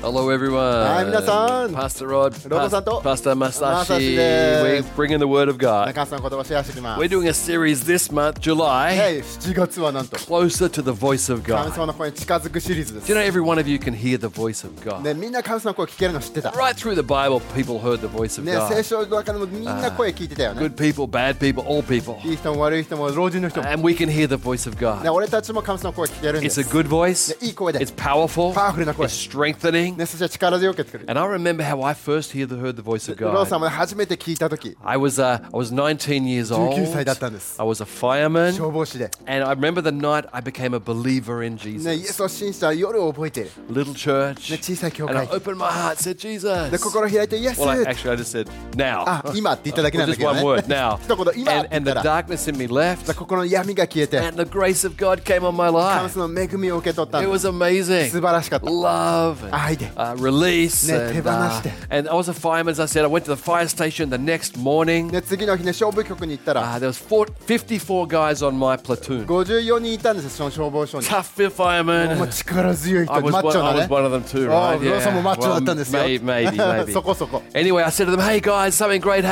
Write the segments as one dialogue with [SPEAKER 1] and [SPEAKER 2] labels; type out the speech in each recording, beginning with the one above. [SPEAKER 1] Hello everyone.
[SPEAKER 2] はい皆さん
[SPEAKER 1] Pastor Rod.
[SPEAKER 2] ロボさんと
[SPEAKER 1] Pastor
[SPEAKER 2] 正
[SPEAKER 1] Masashi.
[SPEAKER 2] です
[SPEAKER 1] We're bringing the word of God.
[SPEAKER 2] 中橋さんの言葉シェアしていきます
[SPEAKER 1] We're doing a series this month, July,
[SPEAKER 2] はい7月はなんと
[SPEAKER 1] closer to the voice of
[SPEAKER 2] 神
[SPEAKER 1] God.
[SPEAKER 2] 様の声に近づくシリーズで
[SPEAKER 1] Do
[SPEAKER 2] す
[SPEAKER 1] you know every one of you can hear the voice of God?
[SPEAKER 2] ねみんな神様の声聞けるの知ってた
[SPEAKER 1] Right through the Bible, people heard the voice of
[SPEAKER 2] ね
[SPEAKER 1] God.
[SPEAKER 2] 聖書の中でもみんな声聞いてたよね
[SPEAKER 1] Good people, bad people, all people.
[SPEAKER 2] いい人も悪い人も老人の人も
[SPEAKER 1] And we can hear the voice of
[SPEAKER 2] ね
[SPEAKER 1] God.
[SPEAKER 2] 俺たちも神様の声聞けるんで
[SPEAKER 1] It's
[SPEAKER 2] す
[SPEAKER 1] a
[SPEAKER 2] ね
[SPEAKER 1] good voice.
[SPEAKER 2] いい声で
[SPEAKER 1] It's powerful.
[SPEAKER 2] パワフルな声
[SPEAKER 1] It's
[SPEAKER 2] ね
[SPEAKER 1] strengthening.
[SPEAKER 2] そして力強く作る
[SPEAKER 1] And I remember how I first hear the, heard the voice of
[SPEAKER 2] ローさん
[SPEAKER 1] God.
[SPEAKER 2] もね初めて聞いた時
[SPEAKER 1] I was uh, I was 19 years old.
[SPEAKER 2] 19歳だったんです。
[SPEAKER 1] I was a fireman,
[SPEAKER 2] 消防士で
[SPEAKER 1] and I remember the night I became a believer in
[SPEAKER 2] ねイエ
[SPEAKER 1] Jesus.
[SPEAKER 2] スを信じた夜を覚えている
[SPEAKER 1] Little church,
[SPEAKER 2] ね小さい教
[SPEAKER 1] and I
[SPEAKER 2] 会
[SPEAKER 1] opened my heart, said
[SPEAKER 2] で
[SPEAKER 1] Jesus.
[SPEAKER 2] 心開いてイエス
[SPEAKER 1] Well, I, actually, I just said Ah, now.
[SPEAKER 2] あ今って言っただけ
[SPEAKER 1] Well,
[SPEAKER 2] なんだ
[SPEAKER 1] just
[SPEAKER 2] けど
[SPEAKER 1] one
[SPEAKER 2] ね
[SPEAKER 1] word now.
[SPEAKER 2] 一言今っ
[SPEAKER 1] And,
[SPEAKER 2] て言っ
[SPEAKER 1] and
[SPEAKER 2] た
[SPEAKER 1] eh? the
[SPEAKER 2] ら
[SPEAKER 1] darkness in me left,
[SPEAKER 2] 心の闇が消えて
[SPEAKER 1] and the grace of God came on my
[SPEAKER 2] 神
[SPEAKER 1] life.
[SPEAKER 2] 様の恵みを受け取ったん
[SPEAKER 1] It
[SPEAKER 2] だ
[SPEAKER 1] was amazing.
[SPEAKER 2] 素晴らしかった
[SPEAKER 1] Love, and,
[SPEAKER 2] 愛で
[SPEAKER 1] uh, release,
[SPEAKER 2] ね、
[SPEAKER 1] and,
[SPEAKER 2] 手放して。
[SPEAKER 1] uh, and I was a fireman, as I said. I went to the fire station the next morning.
[SPEAKER 2] で次の日ね消防局に行ったら
[SPEAKER 1] Uh, there was four, 54 guys on my platoon.
[SPEAKER 2] 54人いたんですよその消防署に
[SPEAKER 1] Tough firemen.
[SPEAKER 2] もう力強い
[SPEAKER 1] I
[SPEAKER 2] 人
[SPEAKER 1] was,
[SPEAKER 2] マッ
[SPEAKER 1] one,
[SPEAKER 2] チョ
[SPEAKER 1] I
[SPEAKER 2] な
[SPEAKER 1] was
[SPEAKER 2] ね
[SPEAKER 1] one of them too,
[SPEAKER 2] ああ
[SPEAKER 1] right?
[SPEAKER 2] 不動産もマッチョだったんですよ
[SPEAKER 1] may- maybe, maybe.
[SPEAKER 2] そこそこ
[SPEAKER 1] Anyway, I said to them, hey guys, something great
[SPEAKER 2] で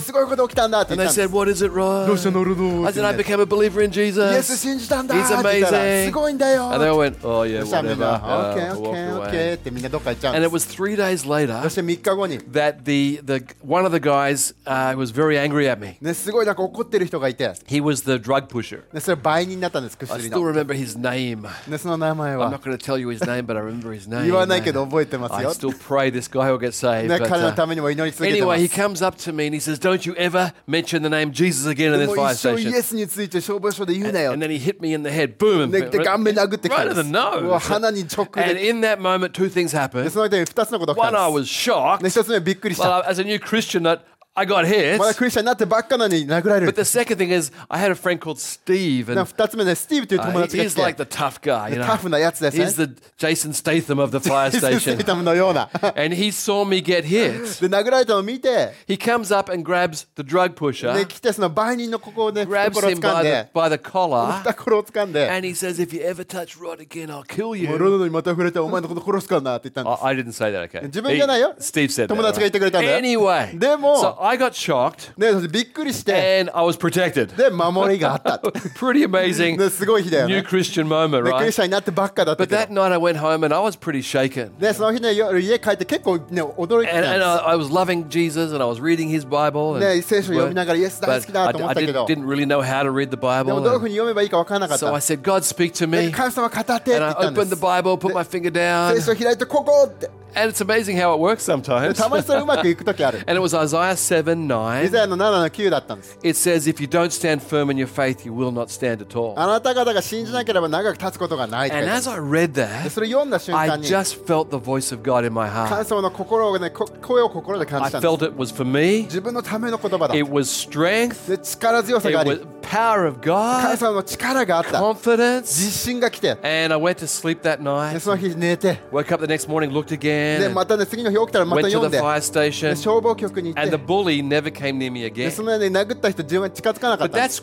[SPEAKER 1] happened.
[SPEAKER 2] すごいこと起きたんだって
[SPEAKER 1] And
[SPEAKER 2] 言
[SPEAKER 1] they
[SPEAKER 2] ったんです
[SPEAKER 1] said, what is it, Rod?
[SPEAKER 2] どうしたのルド
[SPEAKER 1] I
[SPEAKER 2] ー
[SPEAKER 1] said, I became a believer in
[SPEAKER 2] イエ
[SPEAKER 1] Jesus.
[SPEAKER 2] ス信じたんだ
[SPEAKER 1] He's
[SPEAKER 2] って言ったら
[SPEAKER 1] amazing.
[SPEAKER 2] すごいんだよ
[SPEAKER 1] And they all went, oh yeah,
[SPEAKER 2] そしたらみん
[SPEAKER 1] whatever.
[SPEAKER 2] な
[SPEAKER 1] Uh,
[SPEAKER 2] 「オッケ
[SPEAKER 1] walked
[SPEAKER 2] ーオッケーオッケ
[SPEAKER 1] away.
[SPEAKER 2] ー」ってみんなどっか行っちゃうん
[SPEAKER 1] And
[SPEAKER 2] で
[SPEAKER 1] it
[SPEAKER 2] す
[SPEAKER 1] was three days
[SPEAKER 2] そ
[SPEAKER 1] later
[SPEAKER 2] して3日後に
[SPEAKER 1] that the, the one of the guys uh, was very angry at me.
[SPEAKER 2] ねすごいなんか怒ってる人がいて
[SPEAKER 1] He was the drug pusher.
[SPEAKER 2] ねそれ倍人になったんです
[SPEAKER 1] I
[SPEAKER 2] 薬
[SPEAKER 1] still
[SPEAKER 2] の
[SPEAKER 1] remember his name.
[SPEAKER 2] ねその名前
[SPEAKER 1] I'm
[SPEAKER 2] は
[SPEAKER 1] not going to tell you his name, but I remember his name.
[SPEAKER 2] 言わないけど覚えてます
[SPEAKER 1] I
[SPEAKER 2] よ
[SPEAKER 1] still pray this guy will get saved.
[SPEAKER 2] ね
[SPEAKER 1] but,
[SPEAKER 2] 彼の
[SPEAKER 1] uh,
[SPEAKER 2] ためにも祈り続けてま
[SPEAKER 1] Anyway, he
[SPEAKER 2] す
[SPEAKER 1] comes up to me and he says, "Don't you ever mention the name Jesus again in
[SPEAKER 2] で
[SPEAKER 1] this
[SPEAKER 2] も
[SPEAKER 1] fire
[SPEAKER 2] 一生イ
[SPEAKER 1] station."
[SPEAKER 2] エスについて消防署で言うなよ
[SPEAKER 1] And then he hit me in the head. Boom!
[SPEAKER 2] ね、で顔面殴ってきた
[SPEAKER 1] right in
[SPEAKER 2] んで
[SPEAKER 1] the
[SPEAKER 2] す。う
[SPEAKER 1] nose.
[SPEAKER 2] わ鼻に直で
[SPEAKER 1] And in that moment, two things
[SPEAKER 2] で
[SPEAKER 1] happened.
[SPEAKER 2] その間に2つのことが起
[SPEAKER 1] One,
[SPEAKER 2] きた
[SPEAKER 1] I
[SPEAKER 2] んです。
[SPEAKER 1] was shocked.
[SPEAKER 2] ね、一つ目びっくりした。
[SPEAKER 1] Well, as a new Christian, that I got hit.
[SPEAKER 2] まだクリスチャンになってばっかなのに殴られ
[SPEAKER 1] But
[SPEAKER 2] る。
[SPEAKER 1] the second thing is, I had a friend called Steve,
[SPEAKER 2] な
[SPEAKER 1] and
[SPEAKER 2] 二つ目ね、スティーブという
[SPEAKER 1] uh,
[SPEAKER 2] 友達
[SPEAKER 1] he's like
[SPEAKER 2] が
[SPEAKER 1] the tough guy. You know,
[SPEAKER 2] タフなやつですね
[SPEAKER 1] he's the Jason Statham of the fire
[SPEAKER 2] 来て、ステ
[SPEAKER 1] station,
[SPEAKER 2] ィーブのよう な。で、
[SPEAKER 1] and he saw me get hit.
[SPEAKER 2] 殴られたのを見て、
[SPEAKER 1] He comes up and grabs the drug pusher.
[SPEAKER 2] で、来てその売人のここをね、
[SPEAKER 1] grabs
[SPEAKER 2] 懐を
[SPEAKER 1] him
[SPEAKER 2] 掴
[SPEAKER 1] by
[SPEAKER 2] ん
[SPEAKER 1] the,
[SPEAKER 2] で、
[SPEAKER 1] by the collar
[SPEAKER 2] 懐を掴んで、
[SPEAKER 1] and he says, If you ever touch Rod again, I'll kill
[SPEAKER 2] もうロ
[SPEAKER 1] you.
[SPEAKER 2] ナドにまた触れて、お前のこと殺すからなって言ったん
[SPEAKER 1] I,
[SPEAKER 2] です。
[SPEAKER 1] I didn't say that, okay?
[SPEAKER 2] 自分じゃないよ
[SPEAKER 1] He- Steve said that.
[SPEAKER 2] 友達が言ってくれたんだよ
[SPEAKER 1] Anyway,
[SPEAKER 2] でも、
[SPEAKER 1] so I got shocked
[SPEAKER 2] ね、そしてびっくりして、
[SPEAKER 1] and I was protected.
[SPEAKER 2] で、守りがあった。
[SPEAKER 1] Pretty amazing
[SPEAKER 2] ね、すごい日だよ
[SPEAKER 1] new
[SPEAKER 2] ね。
[SPEAKER 1] Christian moment,
[SPEAKER 2] ね、クリ
[SPEAKER 1] right?
[SPEAKER 2] スチャンになってばっかだった
[SPEAKER 1] But
[SPEAKER 2] けど
[SPEAKER 1] that。night I went home and I was pretty shaken.
[SPEAKER 2] で、その日ね、夜家帰って結構ね、驚いてたん
[SPEAKER 1] And,
[SPEAKER 2] で
[SPEAKER 1] and
[SPEAKER 2] す。
[SPEAKER 1] I, I was loving Jesus and I was reading his Bible. And,
[SPEAKER 2] ね、聖書を読みながら、イエス
[SPEAKER 1] but
[SPEAKER 2] 大好きだ
[SPEAKER 1] I,
[SPEAKER 2] と
[SPEAKER 1] d-
[SPEAKER 2] 思
[SPEAKER 1] I
[SPEAKER 2] ったけ
[SPEAKER 1] didn't,
[SPEAKER 2] ど、で
[SPEAKER 1] didn't really know how to read the
[SPEAKER 2] も
[SPEAKER 1] Bible.
[SPEAKER 2] どういうふう
[SPEAKER 1] and
[SPEAKER 2] に読めばいいか分からなかっ
[SPEAKER 1] so I
[SPEAKER 2] た。
[SPEAKER 1] said, God, speak to
[SPEAKER 2] で
[SPEAKER 1] me.
[SPEAKER 2] 神様語ってって
[SPEAKER 1] And
[SPEAKER 2] 言
[SPEAKER 1] I
[SPEAKER 2] ったんで
[SPEAKER 1] opened the
[SPEAKER 2] す。
[SPEAKER 1] Bible, put my finger down.
[SPEAKER 2] 聖書開いて、ここって。
[SPEAKER 1] And it's amazing how it works
[SPEAKER 2] で
[SPEAKER 1] sometimes.
[SPEAKER 2] たまにそれうまくいくとき ある。
[SPEAKER 1] and it was Isaiah 7
[SPEAKER 2] イ
[SPEAKER 1] 9.
[SPEAKER 2] ザヤの7の9だったんです。
[SPEAKER 1] It says, If you don't stand firm in your faith, you will not stand at all.
[SPEAKER 2] あなた方が信じなければ長く立つことがないと書い
[SPEAKER 1] And
[SPEAKER 2] てある
[SPEAKER 1] as I read
[SPEAKER 2] で
[SPEAKER 1] that,
[SPEAKER 2] それ読んだ瞬間
[SPEAKER 1] I
[SPEAKER 2] に、
[SPEAKER 1] just felt the voice of God in my
[SPEAKER 2] 神
[SPEAKER 1] heart.
[SPEAKER 2] 様の心をね、こ声を心で感
[SPEAKER 1] I
[SPEAKER 2] じたんです。
[SPEAKER 1] felt it was for me,
[SPEAKER 2] 自分のための言葉だ。
[SPEAKER 1] it was strength,
[SPEAKER 2] で、力強さがあ
[SPEAKER 1] it
[SPEAKER 2] り
[SPEAKER 1] was、power of
[SPEAKER 2] 神
[SPEAKER 1] God,
[SPEAKER 2] 様の力があった。自
[SPEAKER 1] confidence.
[SPEAKER 2] 信が来て、
[SPEAKER 1] And I went to sleep that
[SPEAKER 2] で
[SPEAKER 1] night,
[SPEAKER 2] その日寝て、
[SPEAKER 1] woke up the next morning, looked
[SPEAKER 2] で、
[SPEAKER 1] again,
[SPEAKER 2] ま
[SPEAKER 1] and
[SPEAKER 2] たね、次の日起きたらまた
[SPEAKER 1] went to
[SPEAKER 2] 読
[SPEAKER 1] the
[SPEAKER 2] んで、
[SPEAKER 1] fire
[SPEAKER 2] で
[SPEAKER 1] station,
[SPEAKER 2] 消防局に行っ
[SPEAKER 1] and
[SPEAKER 2] て
[SPEAKER 1] the。bully never came near me
[SPEAKER 2] で
[SPEAKER 1] again.
[SPEAKER 2] そのように殴った人自分は近づかなかっ
[SPEAKER 1] But
[SPEAKER 2] たん
[SPEAKER 1] that
[SPEAKER 2] です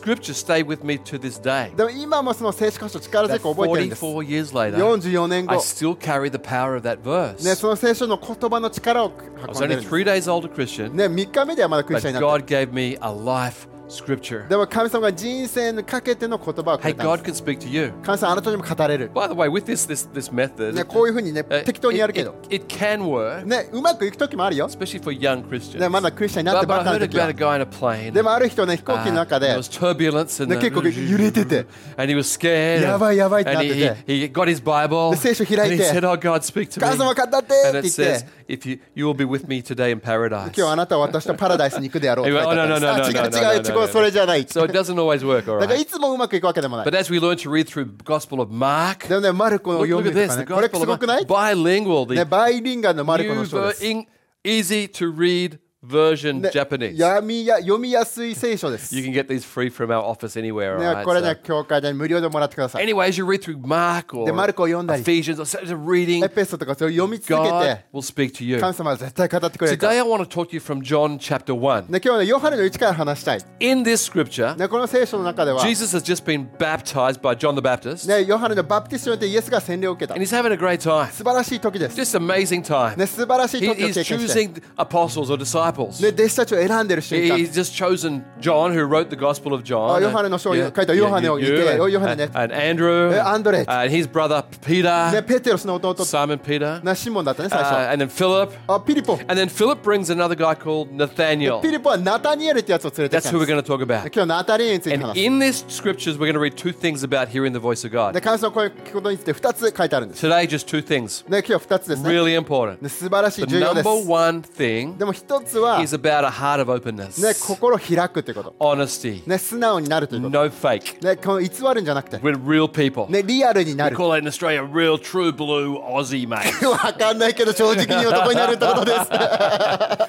[SPEAKER 1] scripture stayed with me to this day.
[SPEAKER 2] でも今もその聖書箇所力強
[SPEAKER 1] that
[SPEAKER 2] く覚えてるんです
[SPEAKER 1] 44 years later,
[SPEAKER 2] 44年
[SPEAKER 1] I
[SPEAKER 2] 後
[SPEAKER 1] still carry the power of that
[SPEAKER 2] ね
[SPEAKER 1] verse.
[SPEAKER 2] その聖書の言葉の力を
[SPEAKER 1] I
[SPEAKER 2] 運
[SPEAKER 1] was
[SPEAKER 2] んで
[SPEAKER 1] only
[SPEAKER 2] るんです
[SPEAKER 1] 3 days old a Christian,
[SPEAKER 2] ね3日目ではまだクリス
[SPEAKER 1] but
[SPEAKER 2] チャンになって
[SPEAKER 1] God gave me a life scripture.
[SPEAKER 2] るでも神様が人生にかけての言葉をく
[SPEAKER 1] Hey,
[SPEAKER 2] れたん
[SPEAKER 1] God
[SPEAKER 2] です
[SPEAKER 1] can speak to you.
[SPEAKER 2] 神様あなたにも語れる
[SPEAKER 1] By the way, with this this this method,
[SPEAKER 2] ねこういうふうにね
[SPEAKER 1] uh,
[SPEAKER 2] 適当にやる
[SPEAKER 1] it,
[SPEAKER 2] け
[SPEAKER 1] it, it
[SPEAKER 2] ど
[SPEAKER 1] can work,
[SPEAKER 2] ねうまくいく時もあるよ
[SPEAKER 1] especially for young Christians.
[SPEAKER 2] ねまだクリスチャンになっ
[SPEAKER 1] But,
[SPEAKER 2] て
[SPEAKER 1] but
[SPEAKER 2] ばっ
[SPEAKER 1] I
[SPEAKER 2] か
[SPEAKER 1] heard
[SPEAKER 2] の時は
[SPEAKER 1] about a guy in a plane.
[SPEAKER 2] でもある人ね飛
[SPEAKER 1] uh,
[SPEAKER 2] 行機の中
[SPEAKER 1] there
[SPEAKER 2] で
[SPEAKER 1] was turbulence and
[SPEAKER 2] ね、結構揺れてて。
[SPEAKER 1] and he was scared.
[SPEAKER 2] やばい、やばいって
[SPEAKER 1] and he,
[SPEAKER 2] なってて。
[SPEAKER 1] he, he got his Bible.
[SPEAKER 2] で、聖書開いて。
[SPEAKER 1] And he said, "Oh God, speak to
[SPEAKER 2] 神
[SPEAKER 1] me."
[SPEAKER 2] 様語って
[SPEAKER 1] And
[SPEAKER 2] って
[SPEAKER 1] it
[SPEAKER 2] 言っ
[SPEAKER 1] says,
[SPEAKER 2] て
[SPEAKER 1] if you, you will be with me today in paradise.
[SPEAKER 2] 今日あなたは私とパラダイスに行くであろう
[SPEAKER 1] He
[SPEAKER 2] と
[SPEAKER 1] went,
[SPEAKER 2] 書い
[SPEAKER 1] oh,
[SPEAKER 2] て
[SPEAKER 1] no,
[SPEAKER 2] あ
[SPEAKER 1] no,
[SPEAKER 2] った
[SPEAKER 1] no,
[SPEAKER 2] ん
[SPEAKER 1] no,
[SPEAKER 2] です
[SPEAKER 1] no,
[SPEAKER 2] あ
[SPEAKER 1] no,
[SPEAKER 2] 違う違う
[SPEAKER 1] no,
[SPEAKER 2] 違うそれじゃない
[SPEAKER 1] So
[SPEAKER 2] だ
[SPEAKER 1] it
[SPEAKER 2] か
[SPEAKER 1] doesn't always work, all
[SPEAKER 2] ら
[SPEAKER 1] right?
[SPEAKER 2] いつもうまくいくわけでもない
[SPEAKER 1] But as we learn to read through Gospel of Mark, look,
[SPEAKER 2] でもね、マルコの
[SPEAKER 1] look at
[SPEAKER 2] 読みと
[SPEAKER 1] this,
[SPEAKER 2] か
[SPEAKER 1] the
[SPEAKER 2] ね、これす
[SPEAKER 1] Gospel
[SPEAKER 2] ごくない
[SPEAKER 1] of Mark, bilingual,
[SPEAKER 2] ね、
[SPEAKER 1] the
[SPEAKER 2] バイリンガルのマルコ
[SPEAKER 1] new
[SPEAKER 2] の書で
[SPEAKER 1] ver-
[SPEAKER 2] す。
[SPEAKER 1] in- easy to read version
[SPEAKER 2] で
[SPEAKER 1] Japanese.
[SPEAKER 2] 読みや読みやすい聖書です。
[SPEAKER 1] You
[SPEAKER 2] ね、
[SPEAKER 1] can get these free from our office anywhere. all right?
[SPEAKER 2] これ
[SPEAKER 1] So-
[SPEAKER 2] ね、教会で無料でもらってください。
[SPEAKER 1] Anyway, as you read through Mark or
[SPEAKER 2] で、マルコを読んだり、
[SPEAKER 1] Ephesians or so- it's a reading,
[SPEAKER 2] エペソとかそれを読み続け
[SPEAKER 1] God
[SPEAKER 2] て、
[SPEAKER 1] will speak to you.
[SPEAKER 2] 神様は絶対語ってくれるから。
[SPEAKER 1] Today I want to talk to you from John chapter 1.
[SPEAKER 2] で今日はね、ヨハネの1から話したい。
[SPEAKER 1] In this scripture,
[SPEAKER 2] ね、この聖書の中では、ね、
[SPEAKER 1] Jesus has just been baptized by John the Baptist
[SPEAKER 2] ヨハネのバプティストによってイエスが洗礼を受けた
[SPEAKER 1] and。he's having a great time.
[SPEAKER 2] 素晴らしい時です。
[SPEAKER 1] Just amazing time.
[SPEAKER 2] ね、素晴らしい
[SPEAKER 1] He-
[SPEAKER 2] 時を経
[SPEAKER 1] he's
[SPEAKER 2] 験し
[SPEAKER 1] choosing
[SPEAKER 2] て。
[SPEAKER 1] apostles or disciples.
[SPEAKER 2] ね、弟子たちを選んでる瞬
[SPEAKER 1] He- Oh,
[SPEAKER 2] 間。
[SPEAKER 1] He's just chosen John, who wrote the Gospel of John.
[SPEAKER 2] あ、ヨハネの書を書いたヨハネを見て、
[SPEAKER 1] Oh,
[SPEAKER 2] ヨハネね。
[SPEAKER 1] and, and Uh, Andrew,
[SPEAKER 2] え、アンドレ。
[SPEAKER 1] and his brother Peter,
[SPEAKER 2] ね、ペテロスの弟、
[SPEAKER 1] Simon Peter,
[SPEAKER 2] なシモンだったね、最
[SPEAKER 1] uh,
[SPEAKER 2] 初。
[SPEAKER 1] and then Philip.
[SPEAKER 2] あ、ピリポ。
[SPEAKER 1] And then Philip brings another guy called Nathaniel.
[SPEAKER 2] ピリポはナタニエルってやつを連れてき
[SPEAKER 1] That's
[SPEAKER 2] たん
[SPEAKER 1] who
[SPEAKER 2] で
[SPEAKER 1] we're
[SPEAKER 2] す。
[SPEAKER 1] going to talk about.
[SPEAKER 2] 今日ナタニエルについて
[SPEAKER 1] And
[SPEAKER 2] 話す。
[SPEAKER 1] in this scriptures, we're going to read two things about hearing the voice of
[SPEAKER 2] で、
[SPEAKER 1] God.
[SPEAKER 2] 神様の声を聞くことについて2つ書いてあるんです。
[SPEAKER 1] Today, just two things.
[SPEAKER 2] ね、今日2つですね。
[SPEAKER 1] Really important.
[SPEAKER 2] ね素晴らし
[SPEAKER 1] The
[SPEAKER 2] い重要で
[SPEAKER 1] number
[SPEAKER 2] す。
[SPEAKER 1] one thing
[SPEAKER 2] でも1つは、ね
[SPEAKER 1] is、about a heart of openness,
[SPEAKER 2] 心を開くということ。
[SPEAKER 1] honesty,
[SPEAKER 2] ね、素直になるということ。
[SPEAKER 1] no fake.
[SPEAKER 2] ね、この偽るんじゃなくて、
[SPEAKER 1] We're real people.
[SPEAKER 2] ね、リアルにな
[SPEAKER 1] We
[SPEAKER 2] る。
[SPEAKER 1] call it in Australia real, true blue Aussie, mate.
[SPEAKER 2] わかんないけど正直に男になるってことで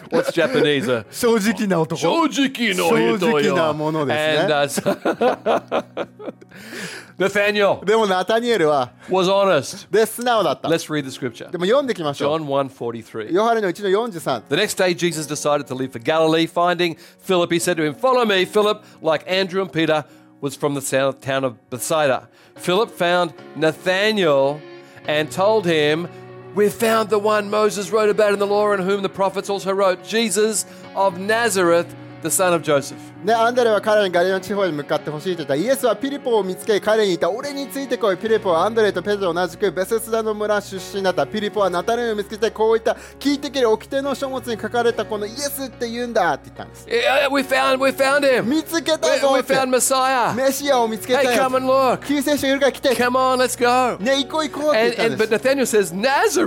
[SPEAKER 1] What's Japanese? Uh,
[SPEAKER 2] す。正直な男。
[SPEAKER 1] 正直な人よ。
[SPEAKER 2] 正直なものですね。
[SPEAKER 1] And, uh, so- Nathaniel
[SPEAKER 2] でもナタニエルは、
[SPEAKER 1] was honest.
[SPEAKER 2] で、素直だった。で
[SPEAKER 1] Let's read the scripture.
[SPEAKER 2] も読んできましょう。
[SPEAKER 1] John 1:43.
[SPEAKER 2] ヨハネの1の43。
[SPEAKER 1] The next day Jesus decided to leave for Galilee, finding Philip, he said to him, "Follow me." Philip, like Andrew and Peter, was from the sou- town of Bethsaida. Philip found Nathanael and told him, "We found the one Moses wrote about in the law and whom the prophets also wrote, Jesus of Nazareth, the son of Joseph."
[SPEAKER 2] ね、アンデレは彼らにガリの地方に向かってほしいと言ったイエスはピリポを見つけ彼に言った俺についてこいピリポはアンデレとペテロと同じくベセスダの村出身だったピリポはナタネルを見つけてこう言った聞いてくれ掟の書物に書かれたこのイエスって言うんだって言ったんです
[SPEAKER 1] Yeah, we found we found him.
[SPEAKER 2] 見つけ
[SPEAKER 1] We,
[SPEAKER 2] たぞ
[SPEAKER 1] we
[SPEAKER 2] って
[SPEAKER 1] found Messiah.
[SPEAKER 2] メシアを見つけた
[SPEAKER 1] Hey,
[SPEAKER 2] よ
[SPEAKER 1] come and look.
[SPEAKER 2] 救世主がいるから来て
[SPEAKER 1] Come on, let's go.
[SPEAKER 2] ね行こう行こうって言
[SPEAKER 1] And,
[SPEAKER 2] ったん
[SPEAKER 1] and
[SPEAKER 2] で
[SPEAKER 1] but
[SPEAKER 2] す
[SPEAKER 1] Nathaniel says